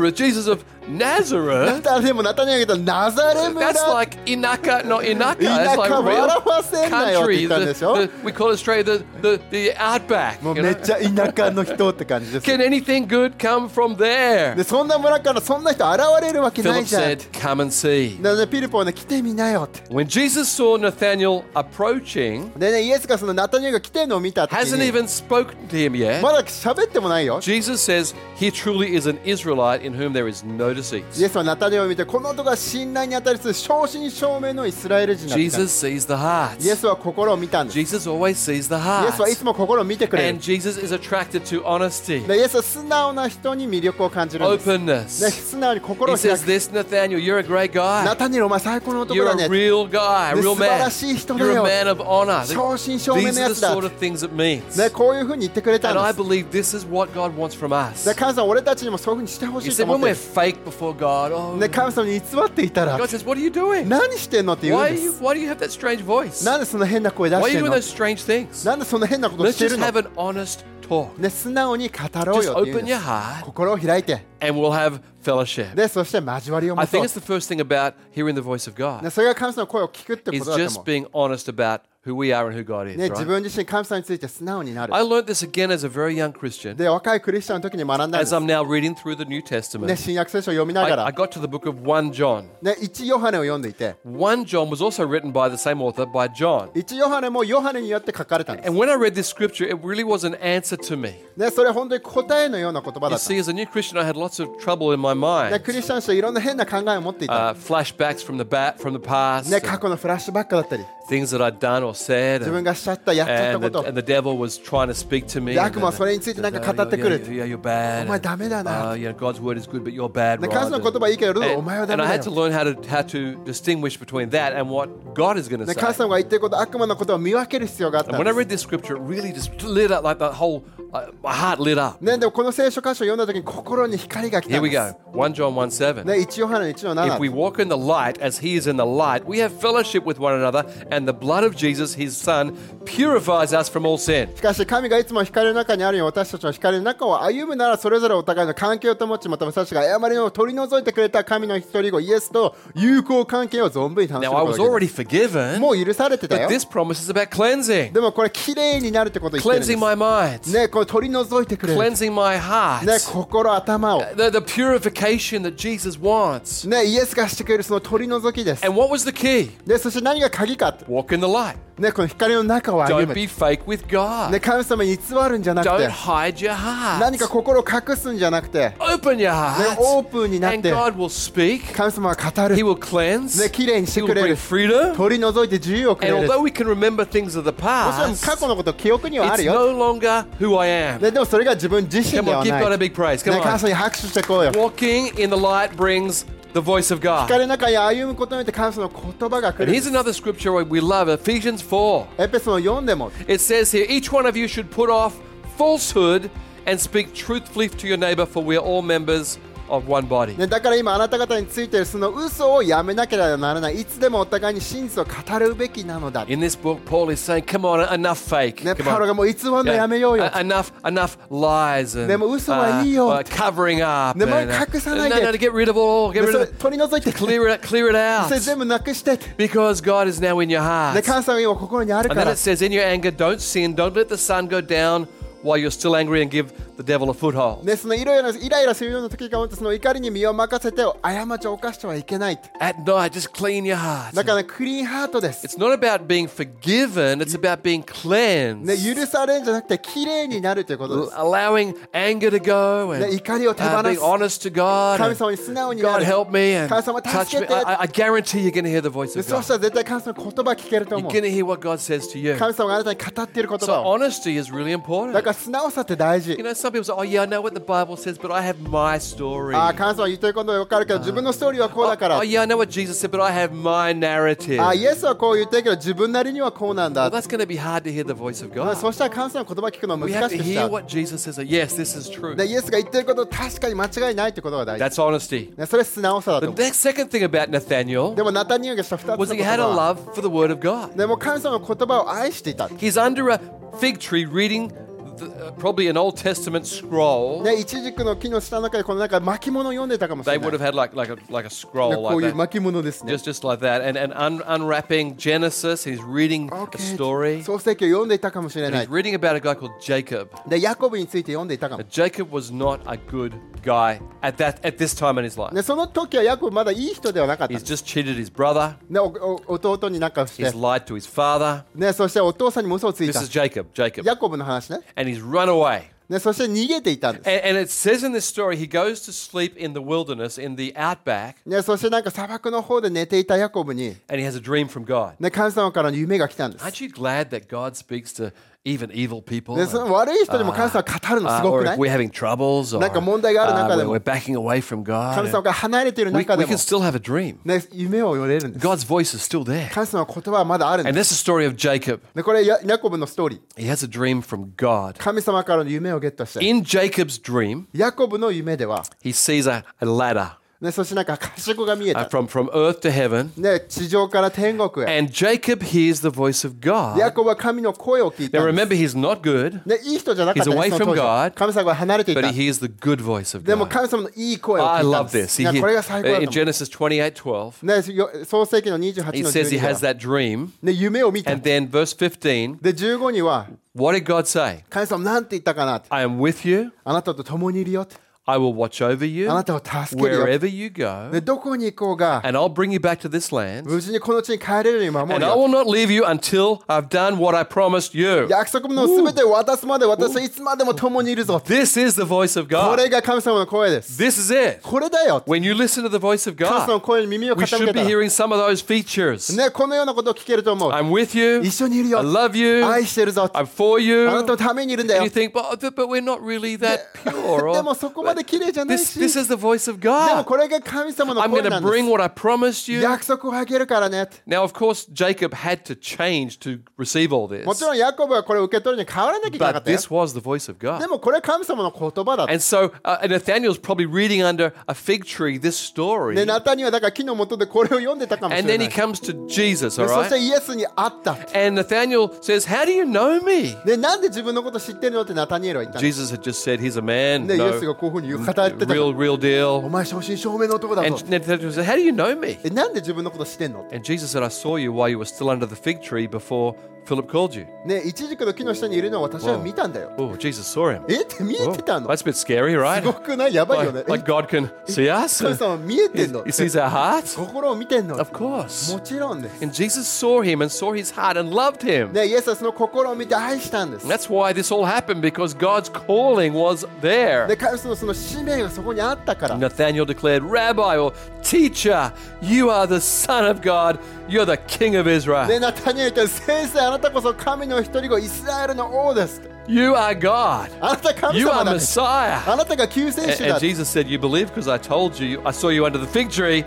[SPEAKER 1] Nazareth, Jesus of
[SPEAKER 2] ナ
[SPEAKER 1] Nazareth.
[SPEAKER 2] タでもナタネルが言ったナザレ村
[SPEAKER 1] That's like inaka, not inaka. It's
[SPEAKER 2] 田
[SPEAKER 1] like
[SPEAKER 2] 舎
[SPEAKER 1] real
[SPEAKER 2] 笑わせんなよって
[SPEAKER 1] country.
[SPEAKER 2] 言ったんでしょ
[SPEAKER 1] The- the- we call Australia the the, the outback.
[SPEAKER 2] もう
[SPEAKER 1] you
[SPEAKER 2] め
[SPEAKER 1] know?
[SPEAKER 2] っちゃ田舎の人って感じです
[SPEAKER 1] Can anything good come from
[SPEAKER 2] で
[SPEAKER 1] there?
[SPEAKER 2] そんな村からそんな人現れるわけない
[SPEAKER 1] Philip
[SPEAKER 2] じゃん
[SPEAKER 1] said, "Come and see."
[SPEAKER 2] なのでピリポはね来てみなよって
[SPEAKER 1] When Jesus saw Nathaniel approaching,
[SPEAKER 2] でねイエスがそのナタニエルが来てんのを見た時
[SPEAKER 1] hasn't
[SPEAKER 2] に
[SPEAKER 1] even spoken to him yet.
[SPEAKER 2] まだ喋ってもないよ
[SPEAKER 1] Jesus says, "He truly is an Israelite in whom there is no deceit."
[SPEAKER 2] イエスはナタニエルを見てこの男が信頼に当たりする正真正銘のイスラエル人だった
[SPEAKER 1] Jesus sees the
[SPEAKER 2] イエ
[SPEAKER 1] hearts.
[SPEAKER 2] スは心を見たんですイエ
[SPEAKER 1] Jesus always sees the
[SPEAKER 2] スはい
[SPEAKER 1] hearts.
[SPEAKER 2] つも心を見てくれる
[SPEAKER 1] And Jesus is attracted to honesty,
[SPEAKER 2] でイエスは素直な人に魅力を感じるんです、ね、
[SPEAKER 1] openness.
[SPEAKER 2] 素直に心
[SPEAKER 1] He
[SPEAKER 2] を開
[SPEAKER 1] says,
[SPEAKER 2] く
[SPEAKER 1] This, Nathaniel, you're a great
[SPEAKER 2] ナ
[SPEAKER 1] guy.
[SPEAKER 2] タニエルお前最高の男
[SPEAKER 1] You're
[SPEAKER 2] だ
[SPEAKER 1] a
[SPEAKER 2] ね
[SPEAKER 1] real guy, a
[SPEAKER 2] で
[SPEAKER 1] real
[SPEAKER 2] 素
[SPEAKER 1] man.
[SPEAKER 2] 晴らしい人だ
[SPEAKER 1] You're a
[SPEAKER 2] よ
[SPEAKER 1] man of honor.
[SPEAKER 2] 正真
[SPEAKER 1] These
[SPEAKER 2] 正銘の
[SPEAKER 1] are the
[SPEAKER 2] やつだ。
[SPEAKER 1] sort of things it means.
[SPEAKER 2] ね
[SPEAKER 1] And
[SPEAKER 2] こういうふうに言ってくれた
[SPEAKER 1] I
[SPEAKER 2] んです
[SPEAKER 1] believe this is what God wants from us.
[SPEAKER 2] で神様俺たちにもそういうふうにしてほし
[SPEAKER 1] He
[SPEAKER 2] いと
[SPEAKER 1] said,
[SPEAKER 2] 思っ
[SPEAKER 1] When
[SPEAKER 2] て
[SPEAKER 1] we're
[SPEAKER 2] る
[SPEAKER 1] fake before God,
[SPEAKER 2] で
[SPEAKER 1] oh,
[SPEAKER 2] 神様に偽っていたら
[SPEAKER 1] God says, What are you doing?
[SPEAKER 2] 何してんのって言うん
[SPEAKER 1] Why are
[SPEAKER 2] で
[SPEAKER 1] you,
[SPEAKER 2] す
[SPEAKER 1] why do you have that strange voice?
[SPEAKER 2] な
[SPEAKER 1] Why
[SPEAKER 2] んでそんな変な声出
[SPEAKER 1] are
[SPEAKER 2] し
[SPEAKER 1] you
[SPEAKER 2] てん
[SPEAKER 1] doing
[SPEAKER 2] の
[SPEAKER 1] those strange things?
[SPEAKER 2] なんでそんな変なことし
[SPEAKER 1] Let's
[SPEAKER 2] てる
[SPEAKER 1] just
[SPEAKER 2] の
[SPEAKER 1] have an honest talk.
[SPEAKER 2] ね、素直に語ろう
[SPEAKER 1] Just
[SPEAKER 2] よっていうん
[SPEAKER 1] open
[SPEAKER 2] で
[SPEAKER 1] your
[SPEAKER 2] す
[SPEAKER 1] heart
[SPEAKER 2] 心を開いて
[SPEAKER 1] and we'll have fellowship.
[SPEAKER 2] でそして交わりを
[SPEAKER 1] I
[SPEAKER 2] 持と
[SPEAKER 1] think
[SPEAKER 2] う
[SPEAKER 1] it's the first thing about hearing the voice of
[SPEAKER 2] ね
[SPEAKER 1] God
[SPEAKER 2] それが神様の声を聞くってこ
[SPEAKER 1] is
[SPEAKER 2] とだと思
[SPEAKER 1] just
[SPEAKER 2] う、
[SPEAKER 1] being honest about who we are and who God is.
[SPEAKER 2] ね、自
[SPEAKER 1] Right?
[SPEAKER 2] 分自身神様について素直になる
[SPEAKER 1] I learned this again as a very young Christian
[SPEAKER 2] で若いクリスチャンの時に学んだんで
[SPEAKER 1] as
[SPEAKER 2] す、
[SPEAKER 1] I'm now reading through the New
[SPEAKER 2] ね、
[SPEAKER 1] Testament.
[SPEAKER 2] 新約聖書を読みな
[SPEAKER 1] I,
[SPEAKER 2] が
[SPEAKER 1] I
[SPEAKER 2] ら、
[SPEAKER 1] got to the book of 1 John.
[SPEAKER 2] ね、1ヨハネを読んでいて
[SPEAKER 1] 1 John was also written by the same author, by John.
[SPEAKER 2] 1ヨハネもヨハネによって書かれたんです、
[SPEAKER 1] And when I read this scripture, it really was an answer to me.
[SPEAKER 2] ね、それ本当に答えのような言葉
[SPEAKER 1] You
[SPEAKER 2] だった、
[SPEAKER 1] see, as a new Christian, I had lots of trouble in my
[SPEAKER 2] ね、
[SPEAKER 1] mind.
[SPEAKER 2] クリスチャンとしていろんな変な考えを持っていた、
[SPEAKER 1] Uh, flashbacks from the ba- from the past,
[SPEAKER 2] ね、過去のフラッシュバックだったり
[SPEAKER 1] things that I'd done or said,
[SPEAKER 2] 自
[SPEAKER 1] and
[SPEAKER 2] 分がしちゃったやっちゃった
[SPEAKER 1] And
[SPEAKER 2] こと
[SPEAKER 1] the, and the devil was trying to speak to me.
[SPEAKER 2] で、悪魔は
[SPEAKER 1] And the-
[SPEAKER 2] それについてなんか語ってくる。
[SPEAKER 1] Yeah, yeah, you're bad.
[SPEAKER 2] お前ダメだな。
[SPEAKER 1] Uh, yeah, God's word is good, but you're bad.
[SPEAKER 2] で、
[SPEAKER 1] Rod.
[SPEAKER 2] 神様の言葉はいいけれど、
[SPEAKER 1] And-
[SPEAKER 2] お前はダメだ
[SPEAKER 1] and
[SPEAKER 2] よ。
[SPEAKER 1] I had to learn how to, how to distinguish between that and what God is going to
[SPEAKER 2] ね、神
[SPEAKER 1] say.
[SPEAKER 2] 様が言ってること悪魔のことを見分ける必要があった
[SPEAKER 1] And
[SPEAKER 2] ん
[SPEAKER 1] when
[SPEAKER 2] で
[SPEAKER 1] I
[SPEAKER 2] す
[SPEAKER 1] read this scripture, it really just lit up, like the whole, uh, my heart lit up.
[SPEAKER 2] ね、でもこの聖書箇所を読んだ時に心に光が来た
[SPEAKER 1] Here
[SPEAKER 2] んで
[SPEAKER 1] we
[SPEAKER 2] す。
[SPEAKER 1] go. 1 John 1 7.
[SPEAKER 2] ね、1ヨハネの1の
[SPEAKER 1] If we
[SPEAKER 2] 7。
[SPEAKER 1] walk in the light as he is in the light, we have fellowship with one another, and the blood of Jesus, his son, purifies us from all sin.
[SPEAKER 2] しかし神がいつも光の中にあるように私たちの光の中を歩むならそれぞれお互いの関係を保ちまた私たちが誤りを取り除いてくれた神の一人子イエスと友好関係を存分に楽し
[SPEAKER 1] Now,
[SPEAKER 2] む
[SPEAKER 1] I
[SPEAKER 2] こ
[SPEAKER 1] was
[SPEAKER 2] とがで
[SPEAKER 1] already
[SPEAKER 2] き
[SPEAKER 1] forgiven,
[SPEAKER 2] るもう許されてた
[SPEAKER 1] but
[SPEAKER 2] よ
[SPEAKER 1] this promise is about cleansing.
[SPEAKER 2] でもこれきれいになるってことを言ってるん
[SPEAKER 1] cleansing my
[SPEAKER 2] で
[SPEAKER 1] mind.
[SPEAKER 2] す、ね、ここう取り除いてくれる、ね、
[SPEAKER 1] cleansing my heart.
[SPEAKER 2] 心頭を、
[SPEAKER 1] The, the purification that Jesus wants.
[SPEAKER 2] ね、イエスがしてくれるその取り除きです、
[SPEAKER 1] And what was the key?
[SPEAKER 2] ね、そして何が鍵か、
[SPEAKER 1] Walk in the light.
[SPEAKER 2] ね、この光の中を歩
[SPEAKER 1] Don't
[SPEAKER 2] む、
[SPEAKER 1] be
[SPEAKER 2] ね、
[SPEAKER 1] fake with God.
[SPEAKER 2] 神様に偽るんじゃなく
[SPEAKER 1] Don't
[SPEAKER 2] て
[SPEAKER 1] hide your
[SPEAKER 2] 何か
[SPEAKER 1] heart.
[SPEAKER 2] 心を隠すんじゃなくて、ね、
[SPEAKER 1] Open your
[SPEAKER 2] オ
[SPEAKER 1] heart.
[SPEAKER 2] ープンになっ
[SPEAKER 1] And
[SPEAKER 2] て
[SPEAKER 1] God will speak.
[SPEAKER 2] 神様は語
[SPEAKER 1] He
[SPEAKER 2] る
[SPEAKER 1] will cleanse.
[SPEAKER 2] ね、
[SPEAKER 1] He
[SPEAKER 2] 綺麗にしてく
[SPEAKER 1] will
[SPEAKER 2] れ
[SPEAKER 1] bring
[SPEAKER 2] る
[SPEAKER 1] freedom.
[SPEAKER 2] 取り除いて自由をく
[SPEAKER 1] And
[SPEAKER 2] れるも
[SPEAKER 1] although we can remember things of the
[SPEAKER 2] ちろん
[SPEAKER 1] past,
[SPEAKER 2] 過去のこと記憶には
[SPEAKER 1] it's
[SPEAKER 2] あるよ
[SPEAKER 1] no longer who I am.
[SPEAKER 2] ね、でもそれが自分自身
[SPEAKER 1] Come
[SPEAKER 2] で
[SPEAKER 1] on,
[SPEAKER 2] は
[SPEAKER 1] give
[SPEAKER 2] ない
[SPEAKER 1] God a
[SPEAKER 2] ね
[SPEAKER 1] big praise. Come
[SPEAKER 2] 感
[SPEAKER 1] on.
[SPEAKER 2] 謝に拍手していこうよ
[SPEAKER 1] Walking in the light brings the voice of God.
[SPEAKER 2] 光の中に歩むことによって神様の言葉が来
[SPEAKER 1] And
[SPEAKER 2] る
[SPEAKER 1] here's another scripture we love Ephesians 4.
[SPEAKER 2] エペソンを読んでも
[SPEAKER 1] It says here, each one of you should put off falsehood and speak truthfully to your neighbor, for we are all members of one body.
[SPEAKER 2] ね、だから今あなた方についているその嘘をやめなければならないいつでもお互いに真実を語るべきなのだ、ね、
[SPEAKER 1] In this book, Paul is saying, come on, enough fake.
[SPEAKER 2] パ
[SPEAKER 1] Come
[SPEAKER 2] ウロ
[SPEAKER 1] on.
[SPEAKER 2] がもう偽るの
[SPEAKER 1] Yeah.
[SPEAKER 2] やめようよ、
[SPEAKER 1] Uh, enough, enough lies and uh,
[SPEAKER 2] でも嘘はいいよ。
[SPEAKER 1] covering up.
[SPEAKER 2] でも
[SPEAKER 1] and, uh,
[SPEAKER 2] 隠さないで。
[SPEAKER 1] no, no, get rid of it all. Get
[SPEAKER 2] で
[SPEAKER 1] rid
[SPEAKER 2] それ
[SPEAKER 1] of it.
[SPEAKER 2] 取り除いて
[SPEAKER 1] Clear it, clear it
[SPEAKER 2] それ
[SPEAKER 1] out.
[SPEAKER 2] 全部なくしてで
[SPEAKER 1] Because God is now in your heart.
[SPEAKER 2] 神様が今心にある
[SPEAKER 1] And
[SPEAKER 2] か
[SPEAKER 1] then
[SPEAKER 2] ら
[SPEAKER 1] it says, in your anger, don't sin, don't let the sun go down while you're still angry and give the devil a foothold.
[SPEAKER 2] ね、そのいろいろイライラするような時があってその怒りに身を任せて過ちを犯してはいけない
[SPEAKER 1] At night, just clean your heart.
[SPEAKER 2] だからクリーンハートです
[SPEAKER 1] It's not about being forgiven, it's about being
[SPEAKER 2] ね、
[SPEAKER 1] cleansed.
[SPEAKER 2] 許されるんじゃなくて綺麗になるということです
[SPEAKER 1] Allowing anger to go and
[SPEAKER 2] ね、怒りを手放す。
[SPEAKER 1] uh, being honest to God.
[SPEAKER 2] 神
[SPEAKER 1] and
[SPEAKER 2] 様に素直にな
[SPEAKER 1] God
[SPEAKER 2] る
[SPEAKER 1] help me and
[SPEAKER 2] 神様
[SPEAKER 1] touch
[SPEAKER 2] 助
[SPEAKER 1] me.
[SPEAKER 2] けて
[SPEAKER 1] I, I- I guarantee you're going to hear the voice
[SPEAKER 2] で
[SPEAKER 1] of
[SPEAKER 2] そう
[SPEAKER 1] God.
[SPEAKER 2] したら絶対神様の言葉聞けると
[SPEAKER 1] You're
[SPEAKER 2] 思う
[SPEAKER 1] going to hear what God says to you.
[SPEAKER 2] 神様があなたに語っている言
[SPEAKER 1] So
[SPEAKER 2] 葉を
[SPEAKER 1] honesty is really
[SPEAKER 2] だ
[SPEAKER 1] important.
[SPEAKER 2] から素直さって大事
[SPEAKER 1] You know, some people say, oh yeah, I know what the Bible says, but I have my story.
[SPEAKER 2] ああ神様言ってることは分かるけど自分のストーリーはこうだから
[SPEAKER 1] Oh,
[SPEAKER 2] あ
[SPEAKER 1] oh, yeah, I know what Jesus said, but I have my narrative.
[SPEAKER 2] あイエスはこう言ってるけど自分なりにはこうなん
[SPEAKER 1] Well,
[SPEAKER 2] だ
[SPEAKER 1] that's going to be hard to hear the voice of
[SPEAKER 2] ま
[SPEAKER 1] God.
[SPEAKER 2] あそうしたら神様の言葉聞くの
[SPEAKER 1] We
[SPEAKER 2] 難
[SPEAKER 1] have
[SPEAKER 2] し
[SPEAKER 1] to
[SPEAKER 2] くし
[SPEAKER 1] hear
[SPEAKER 2] た
[SPEAKER 1] what Jesus says. Yes, this is true.
[SPEAKER 2] でイエスが言ってること確かに間違いないってことが大事
[SPEAKER 1] That's honesty.
[SPEAKER 2] ねそれ素直さだと
[SPEAKER 1] The
[SPEAKER 2] 思う
[SPEAKER 1] next, second thing about
[SPEAKER 2] で
[SPEAKER 1] Nathaniel
[SPEAKER 2] もナタニエルがした2つの
[SPEAKER 1] was
[SPEAKER 2] 言
[SPEAKER 1] he had a
[SPEAKER 2] 葉
[SPEAKER 1] love for the Word of God.
[SPEAKER 2] でも神様の言葉を愛していた、ね、
[SPEAKER 1] He's under a fig tree reading the, uh, probably an Old Testament scroll.
[SPEAKER 2] イチジクの木の下の中でこの中巻物を読んでたかもし
[SPEAKER 1] They
[SPEAKER 2] れない
[SPEAKER 1] would
[SPEAKER 2] で
[SPEAKER 1] have had like like a, like a
[SPEAKER 2] こ
[SPEAKER 1] scroll
[SPEAKER 2] うい
[SPEAKER 1] like
[SPEAKER 2] う
[SPEAKER 1] that.
[SPEAKER 2] 巻物ですね
[SPEAKER 1] Just just like that, and and un- unwrapping Genesis, he's reading a story.
[SPEAKER 2] 創世記を読んでいたかもしれ
[SPEAKER 1] And
[SPEAKER 2] ない
[SPEAKER 1] he's reading about a guy called Jacob.
[SPEAKER 2] でヤコブについて読んでいたかも
[SPEAKER 1] Now, Jacob was not a good guy at that at this time in his life.
[SPEAKER 2] でその時はヤコブまだいい人ではなかった
[SPEAKER 1] He's just cheated his brother.
[SPEAKER 2] ねおお弟になんかして
[SPEAKER 1] He's lied to his father.
[SPEAKER 2] ね、そしてお父さんにも嘘をつい
[SPEAKER 1] This
[SPEAKER 2] た
[SPEAKER 1] is Jacob. Jacob,
[SPEAKER 2] ヤコブの話ね
[SPEAKER 1] and he's run away.
[SPEAKER 2] ねそして逃げていたんです、
[SPEAKER 1] And, and it says in this story, he goes to sleep in the wilderness, in the outback,
[SPEAKER 2] ね、そしてなんか砂漠の方で寝ていたヤコブに、
[SPEAKER 1] and he has a dream from God.
[SPEAKER 2] ね、神様からの夢が来たんです、
[SPEAKER 1] Aren't you glad that God speaks to even evil people?
[SPEAKER 2] で
[SPEAKER 1] And,
[SPEAKER 2] その悪い人でも神様は語るのす
[SPEAKER 1] uh,
[SPEAKER 2] ごく
[SPEAKER 1] or
[SPEAKER 2] な
[SPEAKER 1] if
[SPEAKER 2] い
[SPEAKER 1] we're having troubles, or
[SPEAKER 2] なんか問題がある中でも。
[SPEAKER 1] uh, we're, we're backing away from
[SPEAKER 2] 神
[SPEAKER 1] God,
[SPEAKER 2] 様
[SPEAKER 1] and
[SPEAKER 2] から離れている
[SPEAKER 1] we,
[SPEAKER 2] 中
[SPEAKER 1] we
[SPEAKER 2] で
[SPEAKER 1] can、
[SPEAKER 2] も
[SPEAKER 1] still have a dream.
[SPEAKER 2] ね、夢を読れるんです
[SPEAKER 1] God's voice is still there.
[SPEAKER 2] 神様の言葉はまだあるん
[SPEAKER 1] And
[SPEAKER 2] です、
[SPEAKER 1] that's the story of Jacob.
[SPEAKER 2] ね、これヤヤコブのストーリー
[SPEAKER 1] He has a dream from God.
[SPEAKER 2] 神様からの夢をゲットして
[SPEAKER 1] In Jacob's dream,
[SPEAKER 2] ヤコブの夢では、
[SPEAKER 1] he sees a, a ladder
[SPEAKER 2] ね、そしてなんか賢が見え
[SPEAKER 1] uh,
[SPEAKER 2] た、
[SPEAKER 1] from, from earth to heaven.
[SPEAKER 2] ね、地上から天国へ
[SPEAKER 1] And Jacob hears the voice of
[SPEAKER 2] ヤ
[SPEAKER 1] God.
[SPEAKER 2] コブは神の声を聞い
[SPEAKER 1] Now
[SPEAKER 2] たんで
[SPEAKER 1] remember, he's
[SPEAKER 2] す
[SPEAKER 1] not good,
[SPEAKER 2] ね、いい人じゃなかったん
[SPEAKER 1] He's
[SPEAKER 2] で
[SPEAKER 1] away
[SPEAKER 2] すその当時
[SPEAKER 1] from God.
[SPEAKER 2] 神様が離れていた
[SPEAKER 1] but he hears the good voice of
[SPEAKER 2] でも
[SPEAKER 1] God.
[SPEAKER 2] 神様のいい声を
[SPEAKER 1] I
[SPEAKER 2] 聞いたん
[SPEAKER 1] love
[SPEAKER 2] です
[SPEAKER 1] this. He
[SPEAKER 2] いや
[SPEAKER 1] hear,
[SPEAKER 2] これが最高だ
[SPEAKER 1] uh,
[SPEAKER 2] と
[SPEAKER 1] in
[SPEAKER 2] 思う
[SPEAKER 1] Genesis 28 12,
[SPEAKER 2] ねよ創世紀の28
[SPEAKER 1] he
[SPEAKER 2] の
[SPEAKER 1] says he
[SPEAKER 2] 12
[SPEAKER 1] has
[SPEAKER 2] では
[SPEAKER 1] that dream.
[SPEAKER 2] ね夢を見た
[SPEAKER 1] And then verse 15,
[SPEAKER 2] で15には
[SPEAKER 1] what did God say?
[SPEAKER 2] 神様なんて言ったかなって
[SPEAKER 1] I am with you.
[SPEAKER 2] あなたと共にいるよって
[SPEAKER 1] I will watch over
[SPEAKER 2] あ
[SPEAKER 1] you
[SPEAKER 2] なたを助けるよ
[SPEAKER 1] wherever you go.
[SPEAKER 2] でどこに行こうが
[SPEAKER 1] And I'll bring you back to this land.
[SPEAKER 2] 無事にこの地に帰れるように守
[SPEAKER 1] And
[SPEAKER 2] る
[SPEAKER 1] I
[SPEAKER 2] よ
[SPEAKER 1] will not leave you until I've done what I promised you.
[SPEAKER 2] 約束のすべてを渡すまで私はいつまでも共にいるぞ
[SPEAKER 1] This is the voice of
[SPEAKER 2] こ
[SPEAKER 1] God.
[SPEAKER 2] れが神様の声です
[SPEAKER 1] This is it.
[SPEAKER 2] これだよ
[SPEAKER 1] When you listen to the voice of
[SPEAKER 2] 神様の
[SPEAKER 1] God,
[SPEAKER 2] 声に耳を
[SPEAKER 1] we
[SPEAKER 2] 傾け
[SPEAKER 1] should
[SPEAKER 2] た
[SPEAKER 1] be
[SPEAKER 2] ら
[SPEAKER 1] hearing some of those features.
[SPEAKER 2] ねこのようなことを聞けると思う
[SPEAKER 1] I'm with you.
[SPEAKER 2] 一緒にいる
[SPEAKER 1] I
[SPEAKER 2] よ
[SPEAKER 1] love you.
[SPEAKER 2] 愛してるぞあ
[SPEAKER 1] I'm for
[SPEAKER 2] なた
[SPEAKER 1] you.
[SPEAKER 2] のためにいるんだ
[SPEAKER 1] And
[SPEAKER 2] よ
[SPEAKER 1] you think, but, uh, but we're not really that pure.
[SPEAKER 2] で
[SPEAKER 1] Or,
[SPEAKER 2] もそこまで綺麗じゃない
[SPEAKER 1] this,
[SPEAKER 2] し
[SPEAKER 1] this is the voice of
[SPEAKER 2] でも
[SPEAKER 1] God.
[SPEAKER 2] これが神様の
[SPEAKER 1] I'm
[SPEAKER 2] 声
[SPEAKER 1] going
[SPEAKER 2] な
[SPEAKER 1] to
[SPEAKER 2] んで
[SPEAKER 1] bring
[SPEAKER 2] す
[SPEAKER 1] what I promised you.
[SPEAKER 2] 約束をあげるからね
[SPEAKER 1] Now, of course, Jacob had to change to receive all
[SPEAKER 2] も
[SPEAKER 1] this.
[SPEAKER 2] ちろんヤコブはこれを受け取るに変わらなきゃいけなかっ
[SPEAKER 1] But
[SPEAKER 2] たよ
[SPEAKER 1] this was the voice of
[SPEAKER 2] で
[SPEAKER 1] God.
[SPEAKER 2] もこれは神様の言葉だと
[SPEAKER 1] And so uh, Nathaniel's probably reading under a fig tree this
[SPEAKER 2] で
[SPEAKER 1] story.
[SPEAKER 2] ナタにはだから木の下でこれを読んでたかもしれ
[SPEAKER 1] And
[SPEAKER 2] ない
[SPEAKER 1] then he
[SPEAKER 2] で
[SPEAKER 1] comes to Jesus, all
[SPEAKER 2] そして
[SPEAKER 1] right?
[SPEAKER 2] イエスに会った
[SPEAKER 1] And Nathaniel says, How do you know me?
[SPEAKER 2] でなんで自分のこと知ってるのってナタニエルは言ったんです
[SPEAKER 1] Jesus had just said, He's a man.
[SPEAKER 2] でイ
[SPEAKER 1] no
[SPEAKER 2] エスがこういうふううに語ってたじゃん
[SPEAKER 1] real, real
[SPEAKER 2] お
[SPEAKER 1] deal.
[SPEAKER 2] 前正真正銘の男だぞ
[SPEAKER 1] And Nathanael said, How do you know me?
[SPEAKER 2] えなんで自分のことしてんの
[SPEAKER 1] And Jesus said, I saw you while you were still under the fig tree before Philip called you.
[SPEAKER 2] ね一軸の木の下にいるのを私は見たんだよ
[SPEAKER 1] Oh, Jesus saw him.
[SPEAKER 2] えって見え
[SPEAKER 1] Whoa,
[SPEAKER 2] てたの
[SPEAKER 1] that's a bit scary,
[SPEAKER 2] す
[SPEAKER 1] right?
[SPEAKER 2] ごくないやばいよね
[SPEAKER 1] Like, like God can see us?
[SPEAKER 2] 神様見えて
[SPEAKER 1] He,
[SPEAKER 2] んの
[SPEAKER 1] he sees our hearts?
[SPEAKER 2] 心を見てんの
[SPEAKER 1] Of course.
[SPEAKER 2] もちろんです、
[SPEAKER 1] And Jesus saw him and saw his heart and loved him.
[SPEAKER 2] ね、イエスはその心を見て愛したんです
[SPEAKER 1] And that's why this all happened because God's calling was there.
[SPEAKER 2] で彼のその使命がそこにあったから
[SPEAKER 1] Nathanael declared, Rabbi or teacher, you are the Son of God, you're the King of
[SPEAKER 2] で
[SPEAKER 1] Israel,
[SPEAKER 2] ナタニエル君先生あなたこそ神の一人子イスラエルの王です
[SPEAKER 1] you are God,
[SPEAKER 2] あなた神
[SPEAKER 1] you are
[SPEAKER 2] 様なんです
[SPEAKER 1] Messiah.
[SPEAKER 2] あなたが救世
[SPEAKER 1] And,
[SPEAKER 2] 主だ
[SPEAKER 1] and Jesus said, You believe because I told you, I saw you under the fig tree,